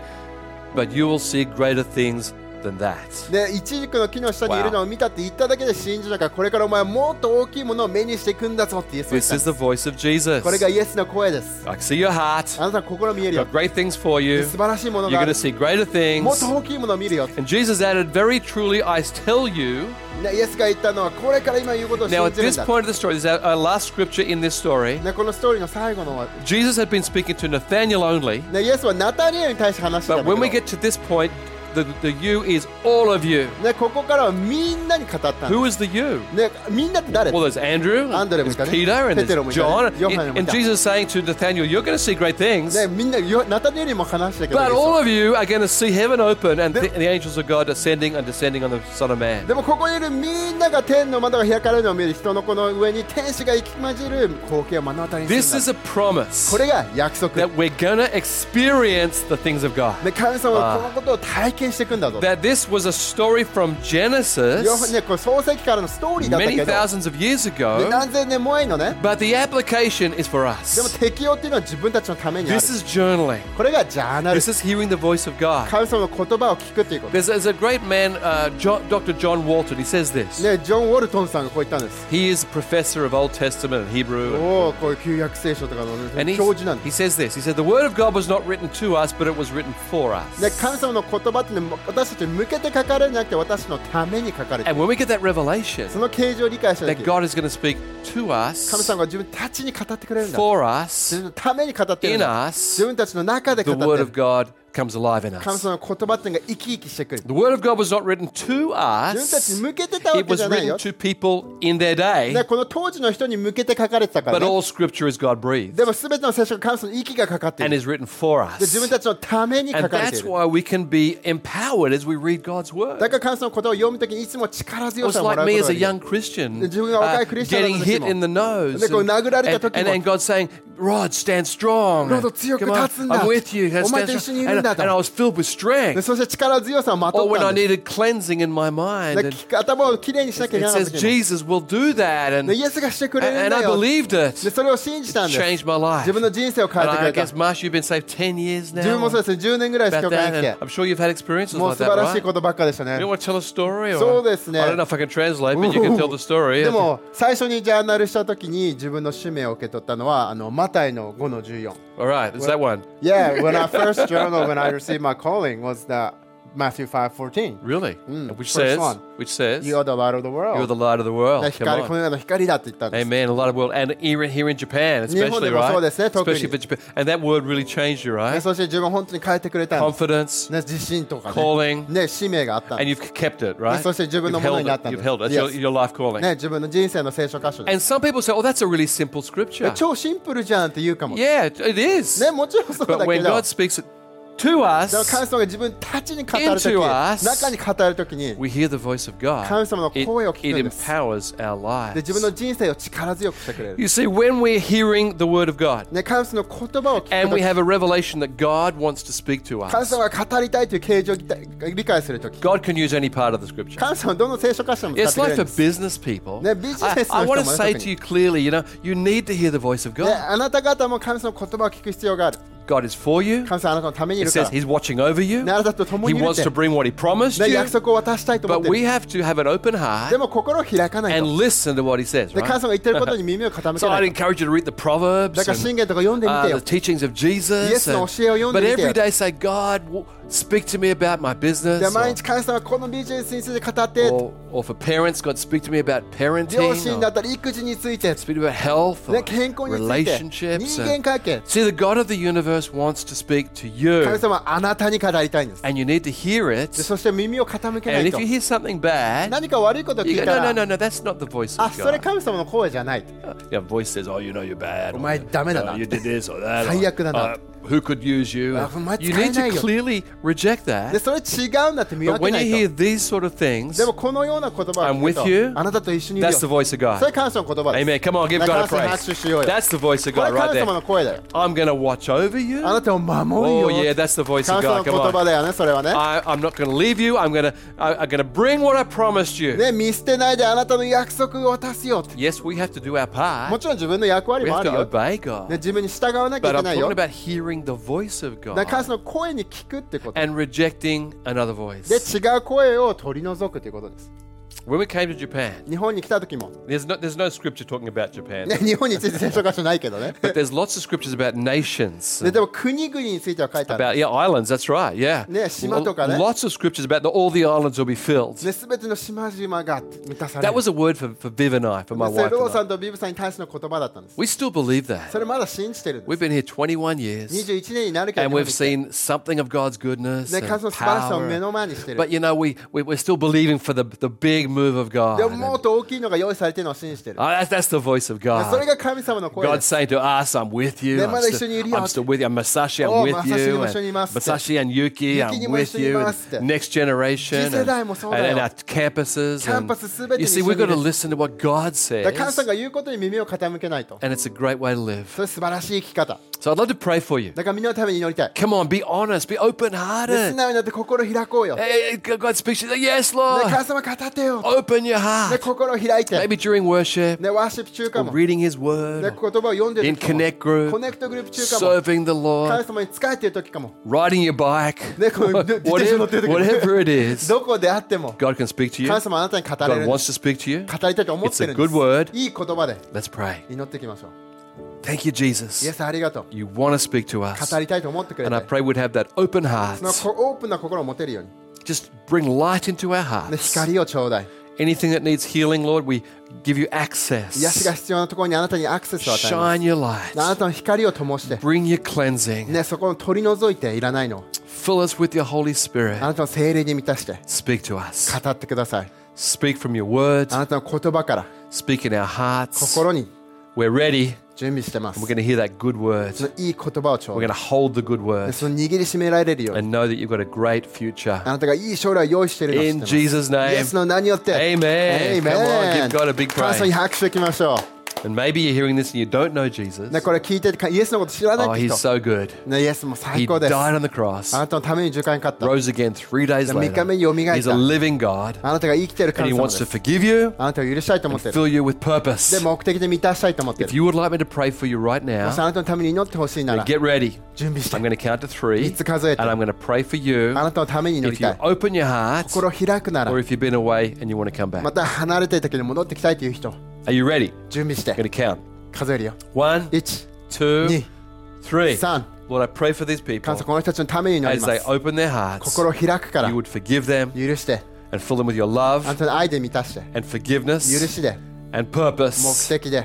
[SPEAKER 1] but you will see greater things than that.
[SPEAKER 2] でイチジクの木の下にいるのを見たって言っただけで信じたからこれからお前はもっと大きいものを目にしていくんだぞってイエスは言っ
[SPEAKER 1] This
[SPEAKER 2] たん
[SPEAKER 1] is
[SPEAKER 2] です
[SPEAKER 1] the voice of Jesus.
[SPEAKER 2] これがイエスの声です
[SPEAKER 1] I see your heart,
[SPEAKER 2] あなたの心見えるよ
[SPEAKER 1] got great things for you.
[SPEAKER 2] 素晴らしいもの
[SPEAKER 1] You're
[SPEAKER 2] があ
[SPEAKER 1] going
[SPEAKER 2] る
[SPEAKER 1] to see greater
[SPEAKER 2] も
[SPEAKER 1] things.
[SPEAKER 2] っと大きいものを見るよ
[SPEAKER 1] And Jesus added, Very truly, I tell you.
[SPEAKER 2] ねイエスが言ったのはこれから今言うことを
[SPEAKER 1] Now,
[SPEAKER 2] 信
[SPEAKER 1] at
[SPEAKER 2] じるん
[SPEAKER 1] this
[SPEAKER 2] だ
[SPEAKER 1] point of the story, this is our, our last scripture in this story.
[SPEAKER 2] ねこのストーリーの最後のは
[SPEAKER 1] Jesus had been speaking to Nathaniel only,
[SPEAKER 2] ねイエスはナタニエルに対して話して
[SPEAKER 1] but
[SPEAKER 2] たんだ
[SPEAKER 1] when
[SPEAKER 2] けど
[SPEAKER 1] we get to this point, the, the you is all of you.
[SPEAKER 2] ねここからはみんなに語ったんだ
[SPEAKER 1] Who is the you?
[SPEAKER 2] ねみんなって誰
[SPEAKER 1] Well, there's Andrew,
[SPEAKER 2] アンドレ
[SPEAKER 1] there's
[SPEAKER 2] もいたね。
[SPEAKER 1] Peter, and
[SPEAKER 2] ペテロもいたね。
[SPEAKER 1] there's John. And,
[SPEAKER 2] ヨハネもい
[SPEAKER 1] and
[SPEAKER 2] た。
[SPEAKER 1] Jesus is saying to Nathaniel, You're going to see great things,
[SPEAKER 2] ね、みんなよナタニエルにも話したけど
[SPEAKER 1] but
[SPEAKER 2] イエス
[SPEAKER 1] all
[SPEAKER 2] は
[SPEAKER 1] of you are going to see heaven open and the,
[SPEAKER 2] で-
[SPEAKER 1] the angels of God ascending and descending on the Son of Man.
[SPEAKER 2] でもここにいるみんなが天の窓が開かれるのを見る人の子の上に天使が行き混じる光景を目の当たりに
[SPEAKER 1] This
[SPEAKER 2] するん
[SPEAKER 1] is
[SPEAKER 2] だ
[SPEAKER 1] a promise
[SPEAKER 2] これが約束
[SPEAKER 1] that we're going to experience the things of God.
[SPEAKER 2] で神様はこのことを体験していくんだぞ
[SPEAKER 1] that this was a story from
[SPEAKER 2] よく
[SPEAKER 1] Genesis
[SPEAKER 2] ね、これ創世記からのストーリーだったけ
[SPEAKER 1] many
[SPEAKER 2] ど
[SPEAKER 1] thousands of years
[SPEAKER 2] で
[SPEAKER 1] ago,
[SPEAKER 2] 何千年前のね
[SPEAKER 1] but the application is for
[SPEAKER 2] でも
[SPEAKER 1] us.
[SPEAKER 2] 適用っていうのは自分たちのためにある
[SPEAKER 1] This is journaling.
[SPEAKER 2] これがジャーナル
[SPEAKER 1] This is hearing the voice of God.
[SPEAKER 2] 神様の言葉を聞くっていうこと
[SPEAKER 1] There's, there's a great man, uh, Jo- Dr. John Walton. He says this.
[SPEAKER 2] ね、ジョン・ウォルトンさんがこう言ったんです
[SPEAKER 1] He is a professor of Old Testament and Hebrew. and-
[SPEAKER 2] おおこういう旧約聖書とかの、
[SPEAKER 1] And
[SPEAKER 2] ね、
[SPEAKER 1] he,
[SPEAKER 2] 教授なんです
[SPEAKER 1] he says this. He said, The word of God was not written to us, but it was written for
[SPEAKER 2] で神
[SPEAKER 1] us.
[SPEAKER 2] 様の言葉って、ね、私たちに向けて書かれるんじゃなくて私のために書かれてる
[SPEAKER 1] And when we get that revelation
[SPEAKER 2] その形状を理解した時
[SPEAKER 1] that
[SPEAKER 2] 神
[SPEAKER 1] God is going to speak to us,
[SPEAKER 2] 様が自分たちに語ってくれるんだ
[SPEAKER 1] for us,
[SPEAKER 2] 自分のために語ってる
[SPEAKER 1] in
[SPEAKER 2] んだ
[SPEAKER 1] us,
[SPEAKER 2] 自分たちの中で語
[SPEAKER 1] the
[SPEAKER 2] っ
[SPEAKER 1] word
[SPEAKER 2] て
[SPEAKER 1] of
[SPEAKER 2] る
[SPEAKER 1] God comes alive in
[SPEAKER 2] 神
[SPEAKER 1] us.
[SPEAKER 2] 様の言葉っていうのが生き生きしてくる
[SPEAKER 1] The word of God was not written to
[SPEAKER 2] 自分たち
[SPEAKER 1] us.
[SPEAKER 2] に向けてたわ
[SPEAKER 1] It
[SPEAKER 2] けじ
[SPEAKER 1] was
[SPEAKER 2] ゃな
[SPEAKER 1] written
[SPEAKER 2] いよ
[SPEAKER 1] to people in their day,
[SPEAKER 2] ねこの当時の人に向けて書かれてたから、
[SPEAKER 1] but
[SPEAKER 2] ね、
[SPEAKER 1] all scripture is God breathed
[SPEAKER 2] でも全ての聖書が神様の息がかかってい
[SPEAKER 1] and
[SPEAKER 2] る
[SPEAKER 1] is written for
[SPEAKER 2] で自分
[SPEAKER 1] us.
[SPEAKER 2] たちのために書
[SPEAKER 1] And
[SPEAKER 2] かれてい
[SPEAKER 1] that's
[SPEAKER 2] る
[SPEAKER 1] why we can be empowered as we read God's word.
[SPEAKER 2] だから神様の言葉を読むときにいつも力
[SPEAKER 1] It
[SPEAKER 2] 強
[SPEAKER 1] was
[SPEAKER 2] さをもら
[SPEAKER 1] like
[SPEAKER 2] うこ
[SPEAKER 1] me as
[SPEAKER 2] とが
[SPEAKER 1] a
[SPEAKER 2] できる
[SPEAKER 1] young Christian
[SPEAKER 2] 自分が若い
[SPEAKER 1] uh,
[SPEAKER 2] クリスチャンだとしても、
[SPEAKER 1] getting hit in the nose
[SPEAKER 2] で、こう、
[SPEAKER 1] and,
[SPEAKER 2] 殴られた時も、
[SPEAKER 1] and, and God saying, Rod, stand strong.
[SPEAKER 2] ロド、強く
[SPEAKER 1] Come on,
[SPEAKER 2] 立つんだ。
[SPEAKER 1] I'm with you. And,
[SPEAKER 2] お前と
[SPEAKER 1] stand
[SPEAKER 2] 一緒にいるん
[SPEAKER 1] strong.
[SPEAKER 2] だ
[SPEAKER 1] and,
[SPEAKER 2] と。
[SPEAKER 1] and I was filled with
[SPEAKER 2] で
[SPEAKER 1] strength.
[SPEAKER 2] そして力強さをまと
[SPEAKER 1] Or when
[SPEAKER 2] った
[SPEAKER 1] I
[SPEAKER 2] んです
[SPEAKER 1] needed cleansing in my mind.
[SPEAKER 2] で
[SPEAKER 1] And,
[SPEAKER 2] 頭をきれいにしなきゃい
[SPEAKER 1] It
[SPEAKER 2] けない
[SPEAKER 1] says
[SPEAKER 2] 時に
[SPEAKER 1] Jesus will do that, and,
[SPEAKER 2] でイエスがしてくれるん
[SPEAKER 1] and
[SPEAKER 2] だ
[SPEAKER 1] I
[SPEAKER 2] よ
[SPEAKER 1] believed
[SPEAKER 2] で
[SPEAKER 1] it.
[SPEAKER 2] それを信じたんです
[SPEAKER 1] Changed my life.
[SPEAKER 2] 自分の
[SPEAKER 1] And
[SPEAKER 2] 人生を変えてく
[SPEAKER 1] I
[SPEAKER 2] れた
[SPEAKER 1] guess, Marsh, you've been saved ten years
[SPEAKER 2] 自分
[SPEAKER 1] now.
[SPEAKER 2] もそう
[SPEAKER 1] About
[SPEAKER 2] ですね10年ぐらいしか変
[SPEAKER 1] that,
[SPEAKER 2] えな
[SPEAKER 1] and
[SPEAKER 2] く
[SPEAKER 1] I'm sure you've had experiences
[SPEAKER 2] てもう
[SPEAKER 1] like
[SPEAKER 2] 素
[SPEAKER 1] that,
[SPEAKER 2] 晴らしい
[SPEAKER 1] right?
[SPEAKER 2] ことばっかでしたね
[SPEAKER 1] You want to tell a story? Or,
[SPEAKER 2] そうですね。
[SPEAKER 1] I don't know if I can translate, but you can tell the story.
[SPEAKER 2] でも最初にジャーナルした時に自分の使命を受け取ったのはあのマタイの5の14
[SPEAKER 1] All right, it's that one.
[SPEAKER 2] Yeah, when I first journal when I received my calling was the Matthew 5:14
[SPEAKER 1] Really?
[SPEAKER 2] Mm,
[SPEAKER 1] which
[SPEAKER 2] first
[SPEAKER 1] says,
[SPEAKER 2] one.
[SPEAKER 1] which says,
[SPEAKER 2] You are the light of the world
[SPEAKER 1] you're the light of the world.
[SPEAKER 2] 光
[SPEAKER 1] Come
[SPEAKER 2] こ
[SPEAKER 1] on.
[SPEAKER 2] の世の光だって言ったんです
[SPEAKER 1] Amen. A lot of world, and here here in Japan, especially,
[SPEAKER 2] 日本でも
[SPEAKER 1] right?
[SPEAKER 2] そうですね、特に。
[SPEAKER 1] Especially for Japan, and that word really changed you,
[SPEAKER 2] ね
[SPEAKER 1] right?
[SPEAKER 2] そして自分を本当に変えてくれたんです、
[SPEAKER 1] Confidence,
[SPEAKER 2] ね、自信とかね
[SPEAKER 1] calling.
[SPEAKER 2] ね使命があったん
[SPEAKER 1] and
[SPEAKER 2] で
[SPEAKER 1] you've kept it, right?
[SPEAKER 2] そして自分の
[SPEAKER 1] You've held
[SPEAKER 2] ものになったんだ。
[SPEAKER 1] it. You've held it. That's
[SPEAKER 2] Yes.
[SPEAKER 1] your, your life
[SPEAKER 2] す、
[SPEAKER 1] calling.
[SPEAKER 2] ね、自分の人生の聖書箇所です
[SPEAKER 1] And some people say, "Oh, that's a really simple scripture."
[SPEAKER 2] 超シンプルじゃんって言うかも、
[SPEAKER 1] Yeah, it- it is.
[SPEAKER 2] ねもちろんそう
[SPEAKER 1] But
[SPEAKER 2] だけ
[SPEAKER 1] when
[SPEAKER 2] ど
[SPEAKER 1] God speaks it to
[SPEAKER 2] でも
[SPEAKER 1] us,
[SPEAKER 2] 神様が自分たちに語るとき
[SPEAKER 1] Into us
[SPEAKER 2] 中に語るときに
[SPEAKER 1] we hear the voice of God.
[SPEAKER 2] 神様の声を聞くんです。
[SPEAKER 1] It, it empowers our
[SPEAKER 2] で自分
[SPEAKER 1] lives.
[SPEAKER 2] の人生を力強くしてくれる、
[SPEAKER 1] You see, when we're hearing the word of God
[SPEAKER 2] ね、神様の言葉を聞く
[SPEAKER 1] and
[SPEAKER 2] と
[SPEAKER 1] we
[SPEAKER 2] き
[SPEAKER 1] have a revelation that God wants to speak to
[SPEAKER 2] 神
[SPEAKER 1] us,
[SPEAKER 2] 様が語りたいという形状を理解するとき
[SPEAKER 1] God can use any part of the scripture.
[SPEAKER 2] 神様はどの聖書箇所でも
[SPEAKER 1] It's
[SPEAKER 2] 使っ
[SPEAKER 1] like
[SPEAKER 2] てくれ
[SPEAKER 1] for
[SPEAKER 2] るんです
[SPEAKER 1] business people.
[SPEAKER 2] ね、ビジネスの人も
[SPEAKER 1] I,
[SPEAKER 2] ね、
[SPEAKER 1] I want to say
[SPEAKER 2] 特に。
[SPEAKER 1] to you clearly, you know, you need to hear the voice of
[SPEAKER 2] ね
[SPEAKER 1] God.
[SPEAKER 2] あなた方も神様の言葉を聞く必要がある
[SPEAKER 1] God is for you.
[SPEAKER 2] 神様あなたのためにい
[SPEAKER 1] It
[SPEAKER 2] るか
[SPEAKER 1] says
[SPEAKER 2] ら
[SPEAKER 1] he's watching over you.
[SPEAKER 2] ねあなたと共
[SPEAKER 1] He
[SPEAKER 2] にいるっ
[SPEAKER 1] wants
[SPEAKER 2] て
[SPEAKER 1] to bring what he promised
[SPEAKER 2] ね
[SPEAKER 1] you.
[SPEAKER 2] 約束を渡したいと思っ
[SPEAKER 1] But
[SPEAKER 2] てる
[SPEAKER 1] we have to have an open
[SPEAKER 2] で
[SPEAKER 1] heart
[SPEAKER 2] も心を開かない
[SPEAKER 1] and
[SPEAKER 2] と。
[SPEAKER 1] listen to what he says.
[SPEAKER 2] で、神様
[SPEAKER 1] Right?
[SPEAKER 2] が言ってることに耳を傾け
[SPEAKER 1] So
[SPEAKER 2] な
[SPEAKER 1] I'd
[SPEAKER 2] いと。
[SPEAKER 1] encourage you to read the
[SPEAKER 2] だ
[SPEAKER 1] Proverbs
[SPEAKER 2] から信
[SPEAKER 1] and
[SPEAKER 2] 玄とか読んでみて
[SPEAKER 1] uh,
[SPEAKER 2] よ
[SPEAKER 1] the。teachings of Jesus.
[SPEAKER 2] Yes,
[SPEAKER 1] and-
[SPEAKER 2] の教えを読んでみてよ。
[SPEAKER 1] but every day say, God, w- speak to me about my
[SPEAKER 2] で
[SPEAKER 1] business.
[SPEAKER 2] 毎
[SPEAKER 1] Or,
[SPEAKER 2] 日神様はこのビジネスについて語って
[SPEAKER 1] or, or for parents, God, speak to me about
[SPEAKER 2] 両親だ
[SPEAKER 1] parenting.
[SPEAKER 2] っ
[SPEAKER 1] Or
[SPEAKER 2] たり育児について
[SPEAKER 1] speak about health,
[SPEAKER 2] ね
[SPEAKER 1] or
[SPEAKER 2] 健康について
[SPEAKER 1] relationships.
[SPEAKER 2] 人間
[SPEAKER 1] And
[SPEAKER 2] 関係
[SPEAKER 1] see, the God of the universe wants to speak to
[SPEAKER 2] 神
[SPEAKER 1] you,
[SPEAKER 2] 様はあなたに語りたいんですで
[SPEAKER 1] and you need to hear it.
[SPEAKER 2] そして耳を傾けな
[SPEAKER 1] And
[SPEAKER 2] い
[SPEAKER 1] if
[SPEAKER 2] と
[SPEAKER 1] you hear something bad,
[SPEAKER 2] 何か悪いことを
[SPEAKER 1] you
[SPEAKER 2] 聞
[SPEAKER 1] go,
[SPEAKER 2] いた
[SPEAKER 1] no, no,
[SPEAKER 2] ら
[SPEAKER 1] no, no, that's not the voice
[SPEAKER 2] あ
[SPEAKER 1] of
[SPEAKER 2] それ
[SPEAKER 1] God.
[SPEAKER 2] 神様の声じゃない
[SPEAKER 1] Your voice says, oh, you know, you're bad.
[SPEAKER 2] お前
[SPEAKER 1] or,
[SPEAKER 2] ダメだ
[SPEAKER 1] "Oh,
[SPEAKER 2] な
[SPEAKER 1] you did this or that.
[SPEAKER 2] 最悪だ
[SPEAKER 1] Or,
[SPEAKER 2] な
[SPEAKER 1] uh, who could use you?
[SPEAKER 2] あお前
[SPEAKER 1] You
[SPEAKER 2] 使え
[SPEAKER 1] need
[SPEAKER 2] ない
[SPEAKER 1] to
[SPEAKER 2] よ
[SPEAKER 1] clearly reject that.
[SPEAKER 2] でそれ違うんだって見
[SPEAKER 1] But
[SPEAKER 2] 分け
[SPEAKER 1] when
[SPEAKER 2] な
[SPEAKER 1] you
[SPEAKER 2] い
[SPEAKER 1] hear
[SPEAKER 2] と
[SPEAKER 1] these sort of things,
[SPEAKER 2] でもこのような言葉を
[SPEAKER 1] I'm
[SPEAKER 2] 聞
[SPEAKER 1] with you.
[SPEAKER 2] くとあなたと一緒にいるよ
[SPEAKER 1] that's the
[SPEAKER 2] そ
[SPEAKER 1] voice of God.
[SPEAKER 2] れ感謝の言葉です
[SPEAKER 1] Amen. Come on, give
[SPEAKER 2] だから
[SPEAKER 1] God a
[SPEAKER 2] 感謝拍手
[SPEAKER 1] praise.
[SPEAKER 2] しようよ
[SPEAKER 1] That's the voice of
[SPEAKER 2] これ
[SPEAKER 1] God right
[SPEAKER 2] 神
[SPEAKER 1] there.
[SPEAKER 2] 様の声だよ
[SPEAKER 1] I'm going to watch over
[SPEAKER 2] あ
[SPEAKER 1] you.
[SPEAKER 2] なたを守る
[SPEAKER 1] Oh
[SPEAKER 2] よ
[SPEAKER 1] yeah, that's the voice
[SPEAKER 2] 神
[SPEAKER 1] of God.
[SPEAKER 2] 様の言
[SPEAKER 1] Come on.
[SPEAKER 2] 葉だよねそれはね
[SPEAKER 1] I, I'm not going to leave you. I'm going to I'm going to bring what I promised you.
[SPEAKER 2] ね見捨てないであなたの約束を出すよって
[SPEAKER 1] Yes, we have to do our
[SPEAKER 2] も
[SPEAKER 1] part.
[SPEAKER 2] ちろん自分の役割
[SPEAKER 1] We
[SPEAKER 2] もあ
[SPEAKER 1] have
[SPEAKER 2] る
[SPEAKER 1] to
[SPEAKER 2] よ、ね、
[SPEAKER 1] obey God.
[SPEAKER 2] 自分に従わなきゃ
[SPEAKER 1] But I'm
[SPEAKER 2] いけないよ
[SPEAKER 1] talking
[SPEAKER 2] だか
[SPEAKER 1] about hearing the voice of
[SPEAKER 2] ら神
[SPEAKER 1] God
[SPEAKER 2] 様の声に聞くってことで
[SPEAKER 1] and rejecting another voice.
[SPEAKER 2] 違う声を取り除くということです
[SPEAKER 1] When we came to Japan,
[SPEAKER 2] 日本に来た時も、
[SPEAKER 1] there's no, there's no scripture talking about Japan,
[SPEAKER 2] ね、日本について聖書箇所ないけど ね
[SPEAKER 1] but there's lots of scriptures about nations.
[SPEAKER 2] ででも国々については書いてある
[SPEAKER 1] About yeah, islands. That's right. Yeah,
[SPEAKER 2] ね、島とかね。
[SPEAKER 1] lots of scriptures about the, all the islands will be filled.
[SPEAKER 2] ね、全ての島々が満たされ
[SPEAKER 1] That
[SPEAKER 2] る
[SPEAKER 1] was a word for, for Viv and I, for my
[SPEAKER 2] それ
[SPEAKER 1] wife.
[SPEAKER 2] ロー
[SPEAKER 1] And
[SPEAKER 2] さ
[SPEAKER 1] I.
[SPEAKER 2] んとビブさんに対しての言葉だったんです
[SPEAKER 1] We still believe that.
[SPEAKER 2] それまだ信じてるんで
[SPEAKER 1] We've
[SPEAKER 2] す
[SPEAKER 1] been here 21 years,
[SPEAKER 2] 21年になるけど
[SPEAKER 1] and
[SPEAKER 2] 日本に
[SPEAKER 1] we've
[SPEAKER 2] 来て
[SPEAKER 1] seen something of God's goodness
[SPEAKER 2] ね、神様の
[SPEAKER 1] and
[SPEAKER 2] 素晴らしさを目
[SPEAKER 1] power.
[SPEAKER 2] の前にしてる
[SPEAKER 1] But you know, we, we we're still believing for the, the big move of God.
[SPEAKER 2] でも
[SPEAKER 1] And,
[SPEAKER 2] もっ
[SPEAKER 1] oh,
[SPEAKER 2] と大きいのが用意されてるのを信じてる
[SPEAKER 1] that's, that's the voice of
[SPEAKER 2] それ
[SPEAKER 1] God.
[SPEAKER 2] が神様の声で
[SPEAKER 1] God's
[SPEAKER 2] す
[SPEAKER 1] saying to us, "I'm with you. I'm still,
[SPEAKER 2] ね、まだ一緒にいるよ。
[SPEAKER 1] I'm still with you. I'm Masashi. I'm
[SPEAKER 2] おう、
[SPEAKER 1] with you.
[SPEAKER 2] まさしにも一緒にいますっ
[SPEAKER 1] And
[SPEAKER 2] て。
[SPEAKER 1] Masashi and Yuki, I'm
[SPEAKER 2] ユキにも
[SPEAKER 1] with you.
[SPEAKER 2] 一緒にいますって。
[SPEAKER 1] And next generation and,
[SPEAKER 2] 次世代もそうだよ。
[SPEAKER 1] and- and our campuses. and-
[SPEAKER 2] キャンパス全てに
[SPEAKER 1] you see, we've got to
[SPEAKER 2] 一緒にいる。
[SPEAKER 1] listen to what God
[SPEAKER 2] だから
[SPEAKER 1] says,
[SPEAKER 2] 神様が言うことに耳を傾けないと
[SPEAKER 1] and it's a great way to live.
[SPEAKER 2] それ素晴らしい生き方
[SPEAKER 1] So I'd love to pray for you.
[SPEAKER 2] だからみんなのために祈りたい
[SPEAKER 1] Come on, be honest, be open-hearted.
[SPEAKER 2] 素直になって心開こうよ、ね、
[SPEAKER 1] Hey, hey, God speaks to you. Yes,
[SPEAKER 2] 神
[SPEAKER 1] Lord.
[SPEAKER 2] 様語ってよ、
[SPEAKER 1] Open your
[SPEAKER 2] ね、
[SPEAKER 1] heart.
[SPEAKER 2] 心を開いて、
[SPEAKER 1] Maybe during worship,
[SPEAKER 2] ね、ワーシップ中
[SPEAKER 1] or
[SPEAKER 2] かも、ね、
[SPEAKER 1] reading His
[SPEAKER 2] 言
[SPEAKER 1] Word,
[SPEAKER 2] 葉を読んで
[SPEAKER 1] in
[SPEAKER 2] る時かも
[SPEAKER 1] Connect Group,
[SPEAKER 2] コネクトグループ中かも
[SPEAKER 1] serving the
[SPEAKER 2] 神
[SPEAKER 1] Lord,
[SPEAKER 2] 様に仕えてる時かも
[SPEAKER 1] riding your bike,
[SPEAKER 2] ね、こう自転車乗ってる
[SPEAKER 1] whatever,
[SPEAKER 2] 時も
[SPEAKER 1] whatever it is,
[SPEAKER 2] どこであっても
[SPEAKER 1] God can speak to you.
[SPEAKER 2] 神様あなたに語れ
[SPEAKER 1] God
[SPEAKER 2] る語
[SPEAKER 1] wants to speak to you.
[SPEAKER 2] りたいと思ってる
[SPEAKER 1] It's a
[SPEAKER 2] ん
[SPEAKER 1] good
[SPEAKER 2] で
[SPEAKER 1] word.
[SPEAKER 2] すいい言葉で
[SPEAKER 1] Let's pray.
[SPEAKER 2] 祈っていきましょう
[SPEAKER 1] Thank you,
[SPEAKER 2] イエ
[SPEAKER 1] Jesus.
[SPEAKER 2] スありがとう
[SPEAKER 1] You want to speak to us.
[SPEAKER 2] 語りたいと思ってくれ
[SPEAKER 1] And I
[SPEAKER 2] て
[SPEAKER 1] pray we'd have that open
[SPEAKER 2] その
[SPEAKER 1] heart.
[SPEAKER 2] こオープンな心を持てるように、
[SPEAKER 1] Just bring light into our hearts.
[SPEAKER 2] ね、光をちょうだい
[SPEAKER 1] Anything that needs healing, Lord, we give you
[SPEAKER 2] 癒しが
[SPEAKER 1] access.
[SPEAKER 2] 必要なところにあなたにアクセスを与えます
[SPEAKER 1] Shine your
[SPEAKER 2] あな
[SPEAKER 1] light.
[SPEAKER 2] たの光を灯して
[SPEAKER 1] Bring your cleansing.
[SPEAKER 2] ね、そこを取り除いていらないのを
[SPEAKER 1] Fill us with your Holy
[SPEAKER 2] あ
[SPEAKER 1] Spirit.
[SPEAKER 2] なたの精霊に満たして
[SPEAKER 1] Speak to us.
[SPEAKER 2] 語ってください
[SPEAKER 1] Speak from your word.
[SPEAKER 2] あなたの言葉から
[SPEAKER 1] Speak in our hearts.
[SPEAKER 2] 心に
[SPEAKER 1] We're ready.
[SPEAKER 2] 準備してます
[SPEAKER 1] We're going to hear that good word.
[SPEAKER 2] そのいい言葉をちょ
[SPEAKER 1] We're
[SPEAKER 2] うだ
[SPEAKER 1] going to
[SPEAKER 2] い
[SPEAKER 1] hold the good word
[SPEAKER 2] その握りしめられるように
[SPEAKER 1] and know that you've got a great future.
[SPEAKER 2] あなたがいい将来を用意しているのを知って
[SPEAKER 1] In
[SPEAKER 2] ます
[SPEAKER 1] Jesus'
[SPEAKER 2] イエ
[SPEAKER 1] name.
[SPEAKER 2] スの名によって
[SPEAKER 1] Amen. Come on, give God a big
[SPEAKER 2] 感謝
[SPEAKER 1] praise.
[SPEAKER 2] に拍手いきましょ
[SPEAKER 1] And maybe you're hearing this and you don't know
[SPEAKER 2] う、ね、
[SPEAKER 1] Jesus.
[SPEAKER 2] これ聞いててイエスのこと知らない
[SPEAKER 1] Oh,
[SPEAKER 2] って
[SPEAKER 1] he's
[SPEAKER 2] 人、
[SPEAKER 1] so good.
[SPEAKER 2] ね、イエスも
[SPEAKER 1] He
[SPEAKER 2] 最高ですあ
[SPEAKER 1] died on the cross,
[SPEAKER 2] なたのために受間に勝った
[SPEAKER 1] rose again three days
[SPEAKER 2] 三日目に
[SPEAKER 1] later.
[SPEAKER 2] 蘇っ
[SPEAKER 1] He's
[SPEAKER 2] た。
[SPEAKER 1] a living God.
[SPEAKER 2] あなたが生きてる
[SPEAKER 1] And
[SPEAKER 2] 神
[SPEAKER 1] he
[SPEAKER 2] 様で
[SPEAKER 1] wants
[SPEAKER 2] す
[SPEAKER 1] to forgive you,
[SPEAKER 2] あなたを許したいと思ってる
[SPEAKER 1] fill you with
[SPEAKER 2] で
[SPEAKER 1] purpose.
[SPEAKER 2] 目的で満たしたいと思ってる
[SPEAKER 1] If you would like me to pray for you right
[SPEAKER 2] も
[SPEAKER 1] now,
[SPEAKER 2] しあなたのために祈ってほしいなら
[SPEAKER 1] Get ready.
[SPEAKER 2] 準備して
[SPEAKER 1] I'm going to count to three,
[SPEAKER 2] 3つ数えて。
[SPEAKER 1] and I'm going to pray for you.
[SPEAKER 2] あなたのために祈り
[SPEAKER 1] If you
[SPEAKER 2] たい
[SPEAKER 1] open your heart,
[SPEAKER 2] 心を開くなら
[SPEAKER 1] or if you've been away and you want to come
[SPEAKER 2] ま
[SPEAKER 1] back,
[SPEAKER 2] た離れていたけど戻ってきたいという人
[SPEAKER 1] are you ready?
[SPEAKER 2] 準備して
[SPEAKER 1] I'm going to count.
[SPEAKER 2] 数えるよ
[SPEAKER 1] One,
[SPEAKER 2] 1
[SPEAKER 1] two,
[SPEAKER 2] 2
[SPEAKER 1] three.
[SPEAKER 2] 3
[SPEAKER 1] Lord, I pray for these
[SPEAKER 2] 神様こ
[SPEAKER 1] people
[SPEAKER 2] の人たちのために祈り
[SPEAKER 1] as
[SPEAKER 2] ま
[SPEAKER 1] they
[SPEAKER 2] す
[SPEAKER 1] open their hearts.
[SPEAKER 2] 心を開くから
[SPEAKER 1] You
[SPEAKER 2] 許
[SPEAKER 1] would forgive them
[SPEAKER 2] して
[SPEAKER 1] and fill them with your
[SPEAKER 2] あな
[SPEAKER 1] love
[SPEAKER 2] たの愛で満たして
[SPEAKER 1] and
[SPEAKER 2] 許
[SPEAKER 1] forgiveness
[SPEAKER 2] しで
[SPEAKER 1] and
[SPEAKER 2] 目
[SPEAKER 1] purpose
[SPEAKER 2] 的で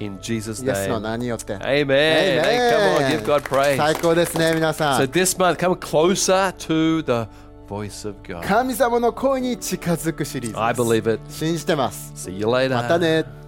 [SPEAKER 1] in Jesus'
[SPEAKER 2] イエスの
[SPEAKER 1] name.
[SPEAKER 2] 名によって
[SPEAKER 1] Amen. Hey, come on,
[SPEAKER 2] Amen.
[SPEAKER 1] give God praise.
[SPEAKER 2] 最高ですね皆さ
[SPEAKER 1] So
[SPEAKER 2] ん
[SPEAKER 1] this month, come closer to the voice of God.
[SPEAKER 2] 神様の声に近づくシリーズです
[SPEAKER 1] I believe it.
[SPEAKER 2] 信じてます
[SPEAKER 1] See you later.
[SPEAKER 2] またね